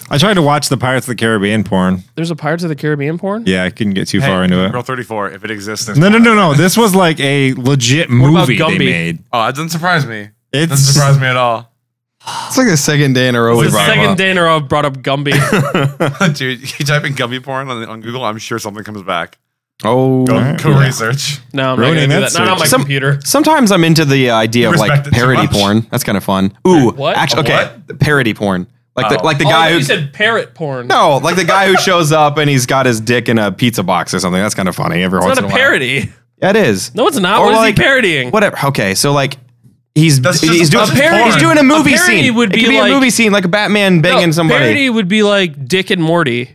S4: I tried to watch the Pirates of the Caribbean porn.
S1: There's a Pirates of the Caribbean porn.
S4: Yeah, I couldn't get too far into it.
S3: Girl 34, if it exists.
S4: No, no, no, no. This was like a legit
S1: about
S4: movie they
S1: Gumby?
S4: made.
S3: Oh, that doesn't surprise me. It doesn't
S4: It's
S3: surprise me at all.
S2: It's like the second day in a row.
S1: It's
S2: we
S1: the
S2: brought him
S1: second
S2: up.
S1: day in a row I've brought up Gumby.
S3: Dude, you type in gummy porn on, on Google, I'm sure something comes back.
S2: Oh.
S3: Go, go research.
S1: No, I'm not gonna do
S4: Ruining that
S1: that. Not on my
S4: search.
S2: Some-
S1: computer.
S2: Sometimes I'm into the uh, idea of
S3: Respect
S2: like
S3: it too
S2: parody
S3: much.
S2: porn. That's kind of fun. Ooh,
S1: What?
S2: actually,
S3: A
S2: okay, parody porn. Like the
S3: Oh.
S2: like the
S1: Oh, I
S2: guy
S1: thought
S2: who
S1: you said parrot porn.
S2: no, like the guy who shows up and he's got his dick in a pizza box or something. That's kind of funny. Every
S1: it's
S2: once
S1: not a
S2: in a while.
S1: parody.
S2: Yeah, it is.
S1: No, it's not.
S2: Or
S1: what is
S2: like-
S1: he parodying?
S2: Whatever. Okay, so like he's
S3: That's just-
S2: he's doing
S3: that's
S2: a parody.
S3: porn.
S2: He's doing a movie
S1: A parody
S2: scene.
S1: would
S2: it could
S1: be
S2: be
S1: like-
S2: a movie scene, like a Batman banging
S1: No,
S2: somebody.
S1: Parody would be like Dick and Morty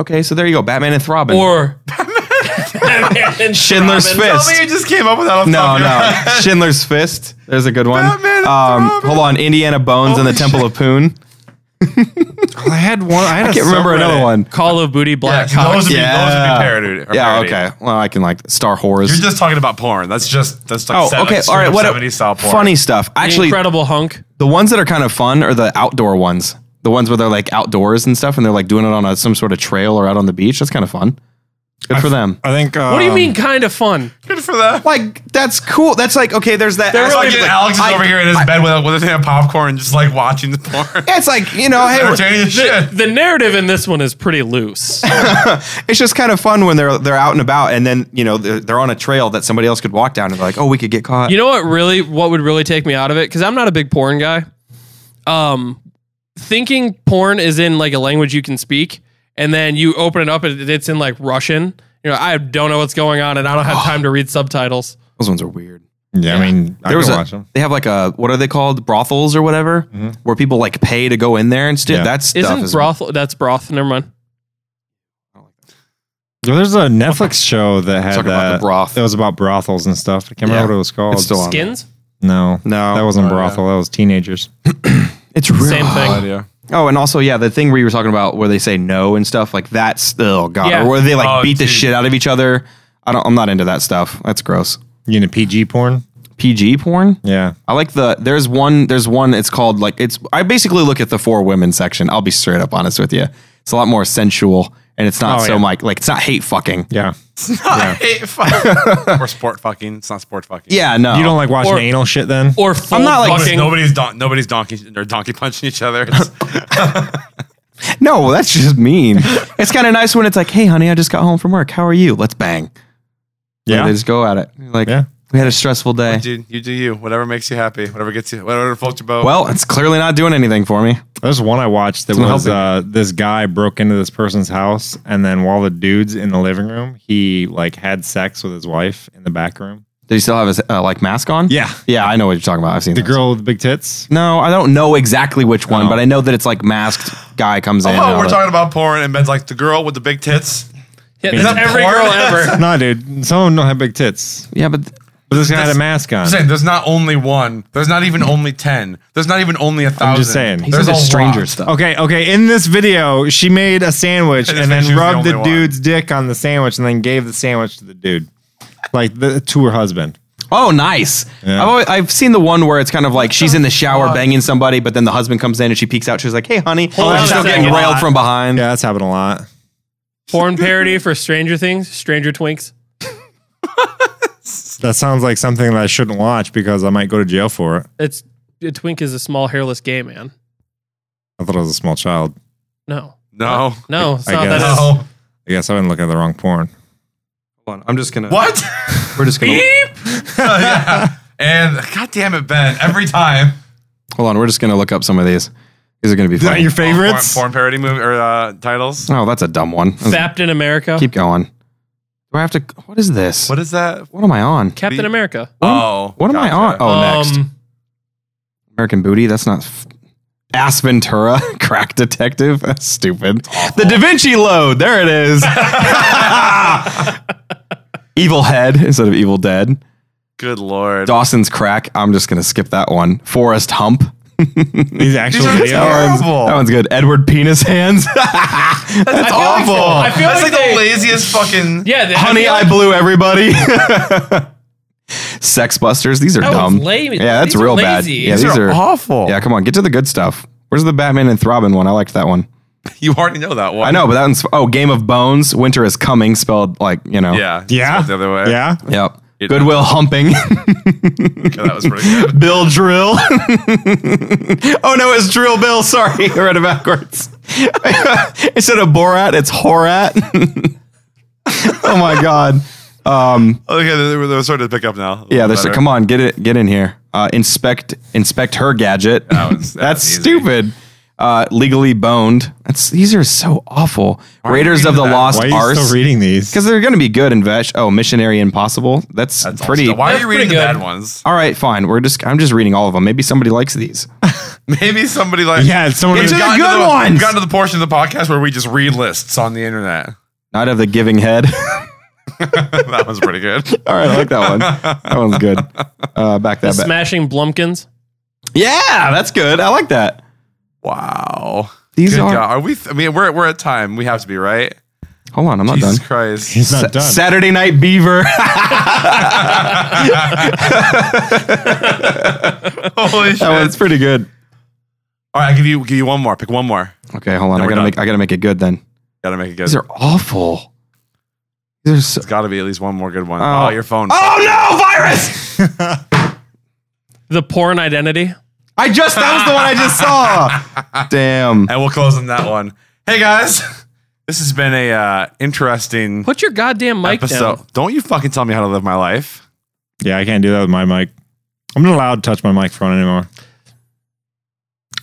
S2: Okay, so there you go, Batman and Throbbing.
S1: or
S2: Schindler's
S3: Tell me
S2: Fist.
S3: you just came up with that off the top
S2: No,
S3: of your
S2: no,
S3: head.
S2: Schindler's Fist. There's a good one.
S3: Batman and
S2: Um,
S3: Robin.
S2: hold on, Indiana Bones and the
S3: Holy
S2: Temple of Poon.
S4: I had one. I, had
S2: I
S4: a
S2: can't remember another
S4: subreddit.
S2: one.
S1: Call of Booty
S3: Yeah,
S1: Black Cock.
S3: those would be, those would be
S2: Yeah.
S3: parodied. or
S2: Yeah,
S3: parodied.
S2: okay. Well, I can like Star Whores.
S3: You're just talking about porn. That's just that's like
S2: oh,
S3: seven,
S2: okay. All right. What a-
S3: 70s style porn.
S2: funny stuff? Actually,
S1: Incredible hunk.
S2: the ones that are kind of fun are the outdoor ones. The ones where they're like outdoors and stuff, and they're like doing it on a, some sort of trail or out on the beach. That's kind of fun. Good for them.
S4: I think. um,
S1: What do
S2: um,
S1: you mean, kind of fun?
S3: Good for that.
S2: Like that's cool. That's like okay. There's that.
S3: It's like,
S2: aspect of, like,
S3: Alex is
S2: I-
S3: over here in his bed with a, with a thing of popcorn, just like watching the porn.
S2: It's like you know, hey, we're-
S3: Entertaining as shit.
S1: The narrative in this one is pretty loose.
S2: it's just kind of fun when they're they're out and about, and then you know they're, they're on a trail that somebody else could walk down, and they're like, oh, we could get caught.
S1: You know what really what would really take me out of it? Because I'm not a big porn guy. Um thinking porn is in like a language you can speak, and then you open it up and it's in like Russian. You know, I don't know what's going on and I don't have time to read subtitles.
S2: Those ones are weird.
S4: Yeah, I mean, I
S2: There was
S4: can
S2: a,
S4: watch them.
S2: they have like a what are they called brothels or whatever, where people like pay to go in there and stuff.
S4: Yeah.
S2: That stuff
S1: Isn't
S2: is
S1: broth that's broth, never mind.
S4: There's a Netflix show that had
S2: Talking about the
S4: that.
S2: broth.
S4: It was about brothels and stuff. I can't
S2: Yeah.
S4: remember what it was called.
S2: It's still on.
S1: Skins?
S4: No, Oh,
S2: No.
S4: that wasn't brothel. That was teenagers.
S2: It's real.
S1: Same thing.
S2: Oh, and also, yeah, the thing where you were talking about where they say no and stuff like that's oh god,
S1: Yeah.
S2: or where they like
S3: Oh,
S2: beat the
S3: dude.
S2: shit out of each other. I don't. I'm not into that stuff. That's gross.
S4: You know, PG porn.
S2: PG porn.
S4: Yeah,
S2: I like the there's one there's one it's called like it's I basically look at the four women section. I'll be straight up honest with you. It's a lot more sensual and it's not
S4: Oh,
S2: so
S4: yeah.
S2: like like it's not hate fucking.
S4: yeah.
S3: I hate fuck. or sport fucking. It's not sport fucking.
S2: Yeah, no.
S4: You don't like watching
S1: Or-
S4: anal shit then?
S1: Or full
S2: not like-
S1: fucking
S3: Nobody's don- nobody's donkey or donkey punching each other. It's-
S2: No, well, that's just mean. it's kind of nice when it's like, hey, honey, I just got home from work. How are you? Let's bang. Yeah. They
S4: Yeah.
S2: just go at it. You're Like,
S4: Yeah.
S2: we had a stressful day.
S3: Dude, you do you. Whatever makes you happy. Whatever gets you. Whatever floats your boat.
S2: Well, it's clearly not doing anything for me.
S4: There's one I watched that
S2: It's not
S4: was
S2: helping.
S4: uh, this guy broke into this person's house, and then while the dude's in the living room, he like had sex with his wife in the back room.
S2: Did he still have his uh, like mask on?
S4: Yeah.
S2: Yeah, I know what you're talking about. I've seen
S4: The
S2: those.
S4: girl with the big tits.
S2: No, I don't know exactly which one,
S4: Oh.
S2: but I know that it's like masked guy comes in. and
S3: oh,
S2: all
S3: we're
S2: that.
S3: talking about porn, and Ben's like the girl with the big tits.
S1: Yeah,
S4: Is
S1: that's
S3: that
S1: every
S3: porn?
S1: girl ever.
S4: no, dude. Some of them don't have big tits.
S2: Yeah, but th-
S4: But this guy had
S3: That's-
S4: a mask on.
S3: I'm saying there's not only one. There's not even only ten. There's not even only a thousand.
S4: just saying. He
S2: he's
S3: There's
S2: into
S3: a
S2: stranger
S3: lot.
S2: stuff.
S4: Okay, okay. In this video, she made a sandwich
S3: And
S4: and,
S3: this
S4: then
S3: means she was
S4: rubbed
S3: the
S4: the,
S3: only one.
S4: dude's dick on the sandwich and then gave the sandwich to the dude, like the, to her husband.
S2: Oh, nice.
S4: Yeah.
S2: I've, always, I've seen the one where it's kind of like she's in the shower banging somebody, but then the husband comes in and she peeks out. She's like, hey, honey. Oh,
S4: on
S2: she's
S4: a
S2: still getting
S4: second.
S2: railed from behind.
S4: Yeah, that's happened a lot.
S1: Porn parody for Stranger Things, Stranger Twinks.
S4: That sounds like something that I shouldn't watch because I might go to jail for it.
S1: It's a twink is a small hairless gay man.
S4: I thought I was a small child.
S1: No,
S3: No.
S1: no, it's
S4: I
S1: not that.
S4: guess.
S1: Is,
S3: No.
S4: I guess I've been looking at the wrong porn.
S2: Hold on, I'm just going to.
S3: What?
S2: We're just going to.
S3: Oh, yeah. And God damn it, Ben! Every time.
S2: Hold on, we're just going to look up some of these. These are going to be
S4: Is that
S2: funny.
S4: your favorites?
S3: Oh, Porn, porn parody movie or uh, titles.
S2: Oh, that's a dumb one.
S1: Fapped in America.
S2: Keep going. Do I have to? What is this? What,
S3: What is that?
S2: am I on?
S1: Captain
S3: the-
S1: America. Um,
S3: Oh,
S2: What am I on?
S3: gotcha.
S2: Oh,
S4: Um,
S2: next American Booty. That's not. F- Ass Ventura, Crack Detective. That's stupid. The Da Vinci Load. There it is. Evil Head instead of Evil Dead.
S3: Good lord.
S2: Dawson's Crack. I'm just gonna skip that one. Forest Hump.
S4: These actual
S3: These are
S4: videos.
S3: terrible.
S2: That one's- that one's good. Edward Penis Hands. That's awful.
S1: I feel
S3: That's
S1: like,
S3: like
S1: they,
S3: the laziest fucking.
S1: yeah, they,
S2: Honey,
S1: I,
S2: I blew everybody. Sex Busters. These are
S1: That
S2: dumb.
S1: one's lame.
S2: Yeah, that's
S1: These are
S2: real bad.
S1: lazy.
S2: Yeah,
S1: These
S3: awful.
S2: Yeah, come on, get to the good stuff. Where's the Batman and Throbbing one? I liked that one.
S3: You already know that one.
S2: I know, but that one's oh, Game of Bones. Winter is coming, spelled like you know.
S3: Yeah. it's
S4: Yeah.
S3: spelled The other way.
S4: Yeah.
S2: Yep. Goodwill humping.
S3: Yeah, that was pretty good.
S2: Bill drill. oh no, it's drill Bill. Sorry, I read it backwards. Instead of Borat, it's Horat. oh my god.
S3: Okay, they're, they're starting to pick up now.
S2: Yeah, there's
S3: Better.
S2: come on, get it, get in here. Uh, inspect, inspect her gadget.
S3: one's- that
S2: That's
S3: one's easy.
S2: stupid. Uh, legally boned. That's these are so awful. Raiders
S3: you
S2: of the
S3: reading that?
S2: Lost
S4: Why are you still
S2: Arse.
S4: reading these?
S2: Because they're going to be good in Vesh. Oh, Missionary Impossible. That's,
S3: That's
S2: pretty.
S3: awesome. Why are
S1: That's
S3: you reading the
S1: pretty good.
S3: bad ones?
S2: All right, fine. We're just. I'm just reading all of them. Maybe somebody likes these.
S3: Maybe somebody like
S4: Yeah, it's someone
S3: We've
S4: who's
S2: to the
S3: gotten
S2: good
S3: to the,
S2: ones.
S3: We've gotten to the portion of the podcast where we just read lists on the internet.
S2: Night of the Giving Head.
S3: that was pretty good.
S2: all right, I like that one. That one's good. Uh, back that back.
S1: smashing Blumpkins.
S2: yeah, that's good. I like that.
S3: Wow.
S2: These
S3: Good
S2: are-
S3: God. Are we? I mean, we're we're at time. We have to be right.
S2: Hold on, I'm not
S3: Jesus
S2: done.
S3: Christ.
S4: He's not
S2: Sa-
S4: done.
S2: Saturday Night Beaver.
S3: Holy shit!
S2: that one's pretty good.
S3: All right, I give you give you one more. Pick one more.
S2: Okay, hold on.
S3: Then
S2: I
S3: we're
S2: gotta
S3: done.
S2: make. I gotta make it good then.
S3: Gotta make it good.
S2: These are awful. These are so.
S3: There's got to be at least one more good one.
S2: Oh.
S3: Oh, your phone.
S2: Oh no, virus!
S1: The porn identity.
S2: I just. That was the one I just saw. Damn.
S3: And we'll close on that one. Hey guys, this has been a uh, interesting
S1: Put your goddamn mic
S3: episode.
S1: down.
S3: Don't you fucking tell me how to live my life.
S4: Yeah, I can't do that with my mic. I'm not allowed to touch my microphone anymore.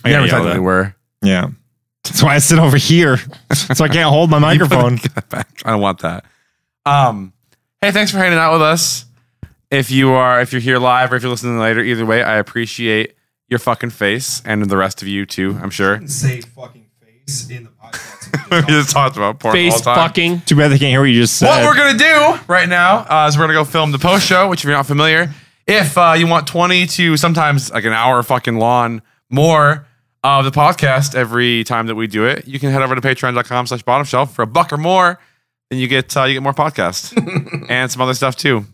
S4: I gotta
S3: You never
S4: yell
S3: technically
S4: that.
S3: were.
S4: Yeah. That's why I sit over here. so I can't hold my microphone.
S3: back. I don't want that. Um, hey, thanks for hanging out with us. If you are, if you're here live or if you're listening later, either way, I appreciate your fucking face and the rest of you too. I'm sure.
S2: Say fucking face in the podcast.
S3: we just talked about porn all
S1: Face
S3: the time.
S1: fucking.
S4: Too bad they can't hear what you just said.
S3: What we're gonna do right now uh, is we're gonna go film the post show, which if you're not familiar, if uh, you want 20 to sometimes like an hour fucking long more of the podcast every time that we do it, you can head over to patreon.com slash bottom shelf for a buck or more, then you get uh, you get more podcasts and some other stuff too.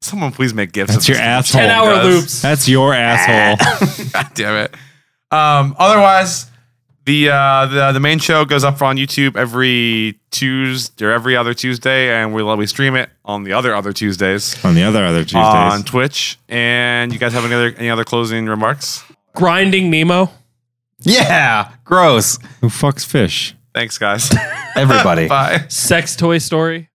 S3: Someone please make gifts.
S4: That's
S3: of
S4: your
S3: this.
S4: asshole.
S1: 10 hour
S3: does.
S1: loops.
S4: That's your asshole.
S3: God damn it. Um, otherwise, the, uh, the the main show goes up on YouTube every Tuesday or every other Tuesday, and we we stream it on the other other Tuesdays,
S4: On the other other Tuesdays.
S3: on Twitch. And you guys have any other any other closing remarks?
S1: Grinding Nemo.
S2: Yeah, gross.
S4: Who fucks fish?
S3: Thanks, guys.
S2: Everybody.
S3: Bye.
S1: Sex toy story.